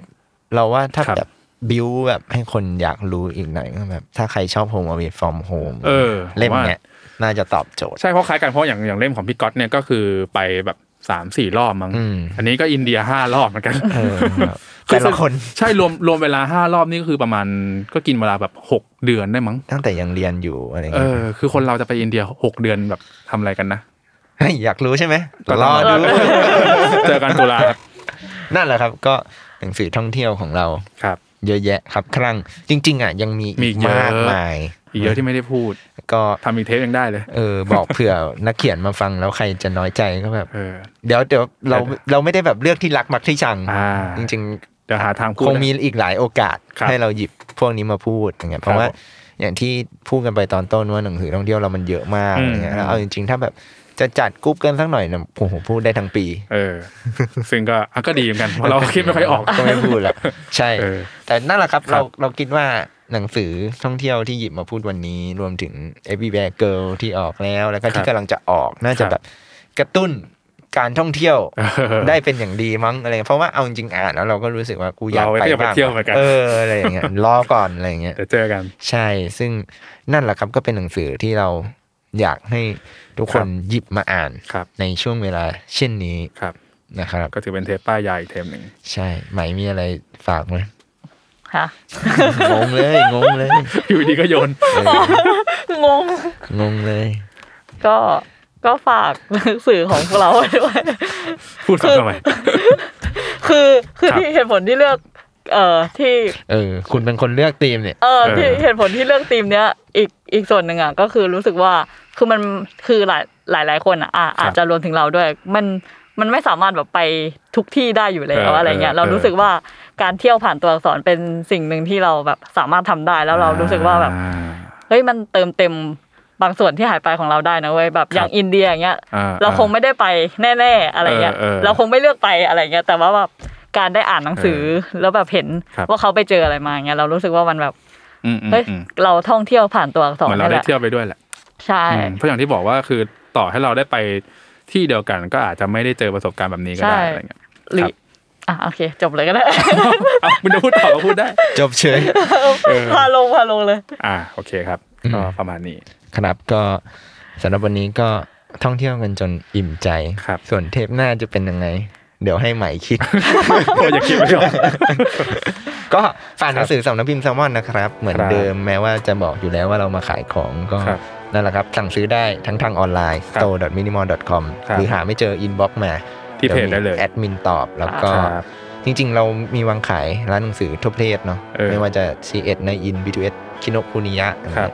S1: เราว่าถ้า
S2: ครับ
S1: แบบบิวแบบให้คนอยากรู้อีกหน่อยก็แบบ ถ้าใครชอบ Home Away from Home
S2: เออ
S1: เล่ม
S2: ว่า
S1: เนี้ยน่าจะตอบโจทย์
S2: ใช่เพราะคล้ายกันเพราะอย่างอย่างเล่มของพี่ก๊อตเนี่ยก็คือไปแบบสามสี่รอบมั้ง
S1: อืม
S2: อันนี้ก็อินเดียห้ารอบเหมือน กัน
S1: เออแบบแต่ละคน
S2: ใช่รวมรวมเวลาห้ารอบนี่ก็คือประมาณก็กินเวลาแบบหกเดือนได้มั้ง
S1: ตั้งแต่ยังเรียนอยู่อะไร
S2: เอ
S1: เงี้ย
S2: อคือคนเราจะไปอินเดียหกเดือนแบบทำอะไรกันนะ
S1: เฮ้ยอยากรู้ใช่ไหม
S2: ก็
S1: ร
S2: ต้ง
S1: อดู
S2: เจอกันตุลาครับ
S1: นั่นแหละครับ ก็หนังสือท่องเที่ยวของเรา
S2: ครับ
S1: เยอะแยะครับครั้งจริง ๆอ่ะยังมี
S2: มี
S1: อีก
S2: เยอะ
S1: มากมาย
S2: อีกเยอะที่ไม่ได้พูด
S1: ก็
S2: ทำอีกเทปยังได้เลย
S1: เออบอกเผื่อ นักเขียนมาฟังแล้วใครจะน้อยใจก็แบบ
S2: เออ
S1: เดี๋ยวเดี๋ยวเรา
S2: เออ
S1: เราไม่ได้แบบเลือกที่รักมักที่ชัง
S2: อ่า
S1: จริง ๆ
S2: เดี๋ยวหาทางพู
S1: ค
S2: ด
S1: งมีอีกหลายโอกาส
S2: ครับ
S1: ให้เราหยิบพวกนี้มาพูดอย่างเงี้ยเพ
S2: ครั
S1: ราะ
S2: บ
S1: ว่าอย่างที่พูดกันไปตอนต้นว่าหนังสือท่องเที่ยวเรามันเยอะมาก
S2: อืม
S1: อย่างเงี้ยแล้วเอาจริงๆ ถ้าแบบจะจัดกรุ๊ปกันสักหน่อยนะผมพูดได้ทั้งปี
S2: เออ ซึ่งก็อ่ะก็ดีเหมือนกันเพราะเราคิดไม่ค่อยออก
S1: ก็ไม่พูดละใช่
S2: เออ
S1: แต่นั่นแหละครับ
S2: ครั
S1: เรา
S2: บ
S1: เราคิดว่าหนังสือท่องเที่ยวที่หยิบมาพูดวันนี้ รวมถึง Everywhere Girl ที่ออกแล้ว แล้วก็ที่กำลังจะออกน่าจะแบบกระตุ้นการท่องเที่ยว ได้เป็นอย่างดีมั้งอะไรเงี้ยเพราะว่าเอาจริงๆอ่านแล้วเราก็รู้สึกว่ากูอยาก
S2: เรา
S1: ไป
S2: ก็อยากไป
S1: บ้าง
S2: เที่ยวเหมือนกัน
S1: เอออะไรอย่างเงี้ยรอก่อนอะไรอย่างเงี้ย
S2: เดี๋ยวเจอกัน
S1: ใช่ ซึ่งนั่นแหละครับก็เป็นหนังสือที่เราอยากให้ทุกคนหยิบมาอ่าน
S2: ครับ
S1: ในช่วงเวลาเช่นนี้
S2: ครับ
S1: นะครับ
S2: ก็ถือเป็นเทปป้ายยาอีกเทปหนึ่ง
S1: ใช่ไหมมีอะไรฝากไหม
S3: ค่ะ
S1: งงเลยงงเลย
S2: อยู่ดีก็โย น
S1: เออง
S3: ง
S1: งงเลย
S3: ก็ก็ฝาก หนังสือของพวกเราไว้ด้วย
S2: พูดซ้ำทำไม
S3: คือคือ
S2: ครับ
S3: ที่เหตุผลที่เลือก เอ่อที่
S1: เออ คุณเป็นคนเลือกธีมเนี่ย
S3: เอ่อ
S2: เออ
S3: ที่เหตุผลที่เลือกธีมเนี้ยอีกอีกส่วนหนึ่งอ่ะก็คือรู้สึกว่าคือมันคือหลายหลายหลายคนอ่ะอ่ะอาจจะรวมถึงเราด้วย มันมันไม่สามารถแบบไปทุกที่ได้อยู่แล้วอะไรเงี้ยเรารู้สึกว่าการเที่ยวผ่านตัวอักษรเป็นสิ่งหนึ่งที่เราแบบสามารถทำได้แล้วเรารู้สึกว่าแบบ
S2: อ่
S3: เฮ้ยมันเติมเต็มบางส่วนที่หายไปของเราได้นะเว้ยแบบอย่างอินเดียอย่างเงี้ย
S2: อ่า
S3: เราคงไม่ได้ไปแน่ๆอะไรเงี้ย
S2: เออเออ
S3: เราคงไม่เลือกไปอะไรเงี้ยแต่ว่าแบบการได้อ่านหนังสือแล้วแบบเห็น
S2: ครับ
S3: ว่าเขาไปเจออะไรมาเงี้ยเรารู้สึกว่ามันแบบ
S2: อืมอืม
S3: เฮ้ย
S2: อืม
S3: เราท่องเที่ยวผ่านตัวอักษ
S2: เห
S3: ร
S2: มือนเรา
S3: นี่
S2: ได้
S3: แหละ
S2: เที่ยวไปด้วยแหละ
S3: ใช่
S2: อืมเพราะอย่างที่บอกว่าคือต่อให้เราได้ไปที่เดียวกันก็อาจจะไม่ได้เจอประสบการณ์แบบนี้ก็
S3: ใช่
S2: ได้อะไรเงี้ย
S3: หรื
S2: ครั
S3: อบ อ่ะโอเค จบเลยก็ได้
S2: เอาคุณจะพูดต่อก็พูดได้
S1: จบเฉย
S3: พาลงพาลงเลย
S2: อ่าโอเคครับ
S1: อืม
S2: ก็ประมาณนี้
S1: ครับก็สำหรับวันนี้ก็ท่องเที่ยวกันจนอิ่มใจ
S2: ครับ
S1: ส่วนเทปหน้าจะเป็นยังไง เดี๋ยวให้ไหมคิด
S2: โอ้ยอย่าคิดไปก่อน
S1: ก็ฝากหนังสือสำนักพิมพ์แซลมอนนะครับ เหมือน
S2: ครับ
S1: เดิมแม้ว่าจะบอกอยู่แล้วว่าเรามาขายของก็
S2: ครับ
S1: นั่นแหละครับ สั่งซื้อได้ทั้งทางออนไลน์
S2: ครับ
S1: store.minimal.com
S2: ครับ
S1: หรือหาไม่เจอ inbox มา
S2: ที่เพจได้เลย
S1: แอดมินตอบแล้วก็
S2: ครับ
S1: จริงๆ เรามีวางขายร้านหนังสือทั่วประเทศเนาะ
S2: เออ
S1: ไม่ว่าจะ c ีเอ็ดในอินบีทูเอสคิโนคุนิยะ
S2: ครับ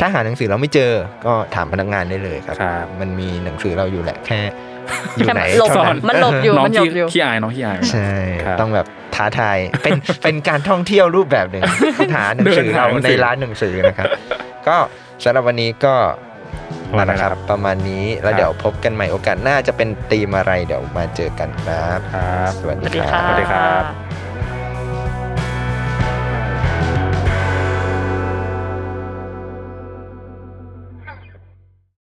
S1: ถ้าหาหนังสือเราไม่เจอก็ถามพนักงานได้เลยครับ
S2: ครับ
S1: มันมีหนังสือเราอยู่แหละแค่ อยู่ไหน
S3: หลบ
S1: เท่า
S3: มันหลบอยู่
S2: น้อง
S3: มันหย
S2: ขี้
S3: บอยู่
S2: ขี้อายน้องขี้อาย
S1: ใช่
S2: ครับ
S1: ต้องแบบท้าทายเป็นเป็นการท่องเที่ยวรูปแบบหนึ่งหาหนังสือ
S2: เดินหา
S1: เรา
S2: หนังสื
S1: ใน
S2: อ
S1: ร้านหนังสือนะครับ ก็สำหรับวันนี้ก็นั่นแหละครับประมาณนี้แล้ว
S2: ครับ
S1: เดี๋ยวพบกันใหม่โอกาสหน้าจะเป็นธีมอะไรเดี๋ยวมาเจอกันครับ
S2: ครับ
S1: สวัส
S3: ส
S1: ดี
S3: วัสดี
S1: ค
S3: ค่ะ
S1: รับ
S2: สวัสดีครับ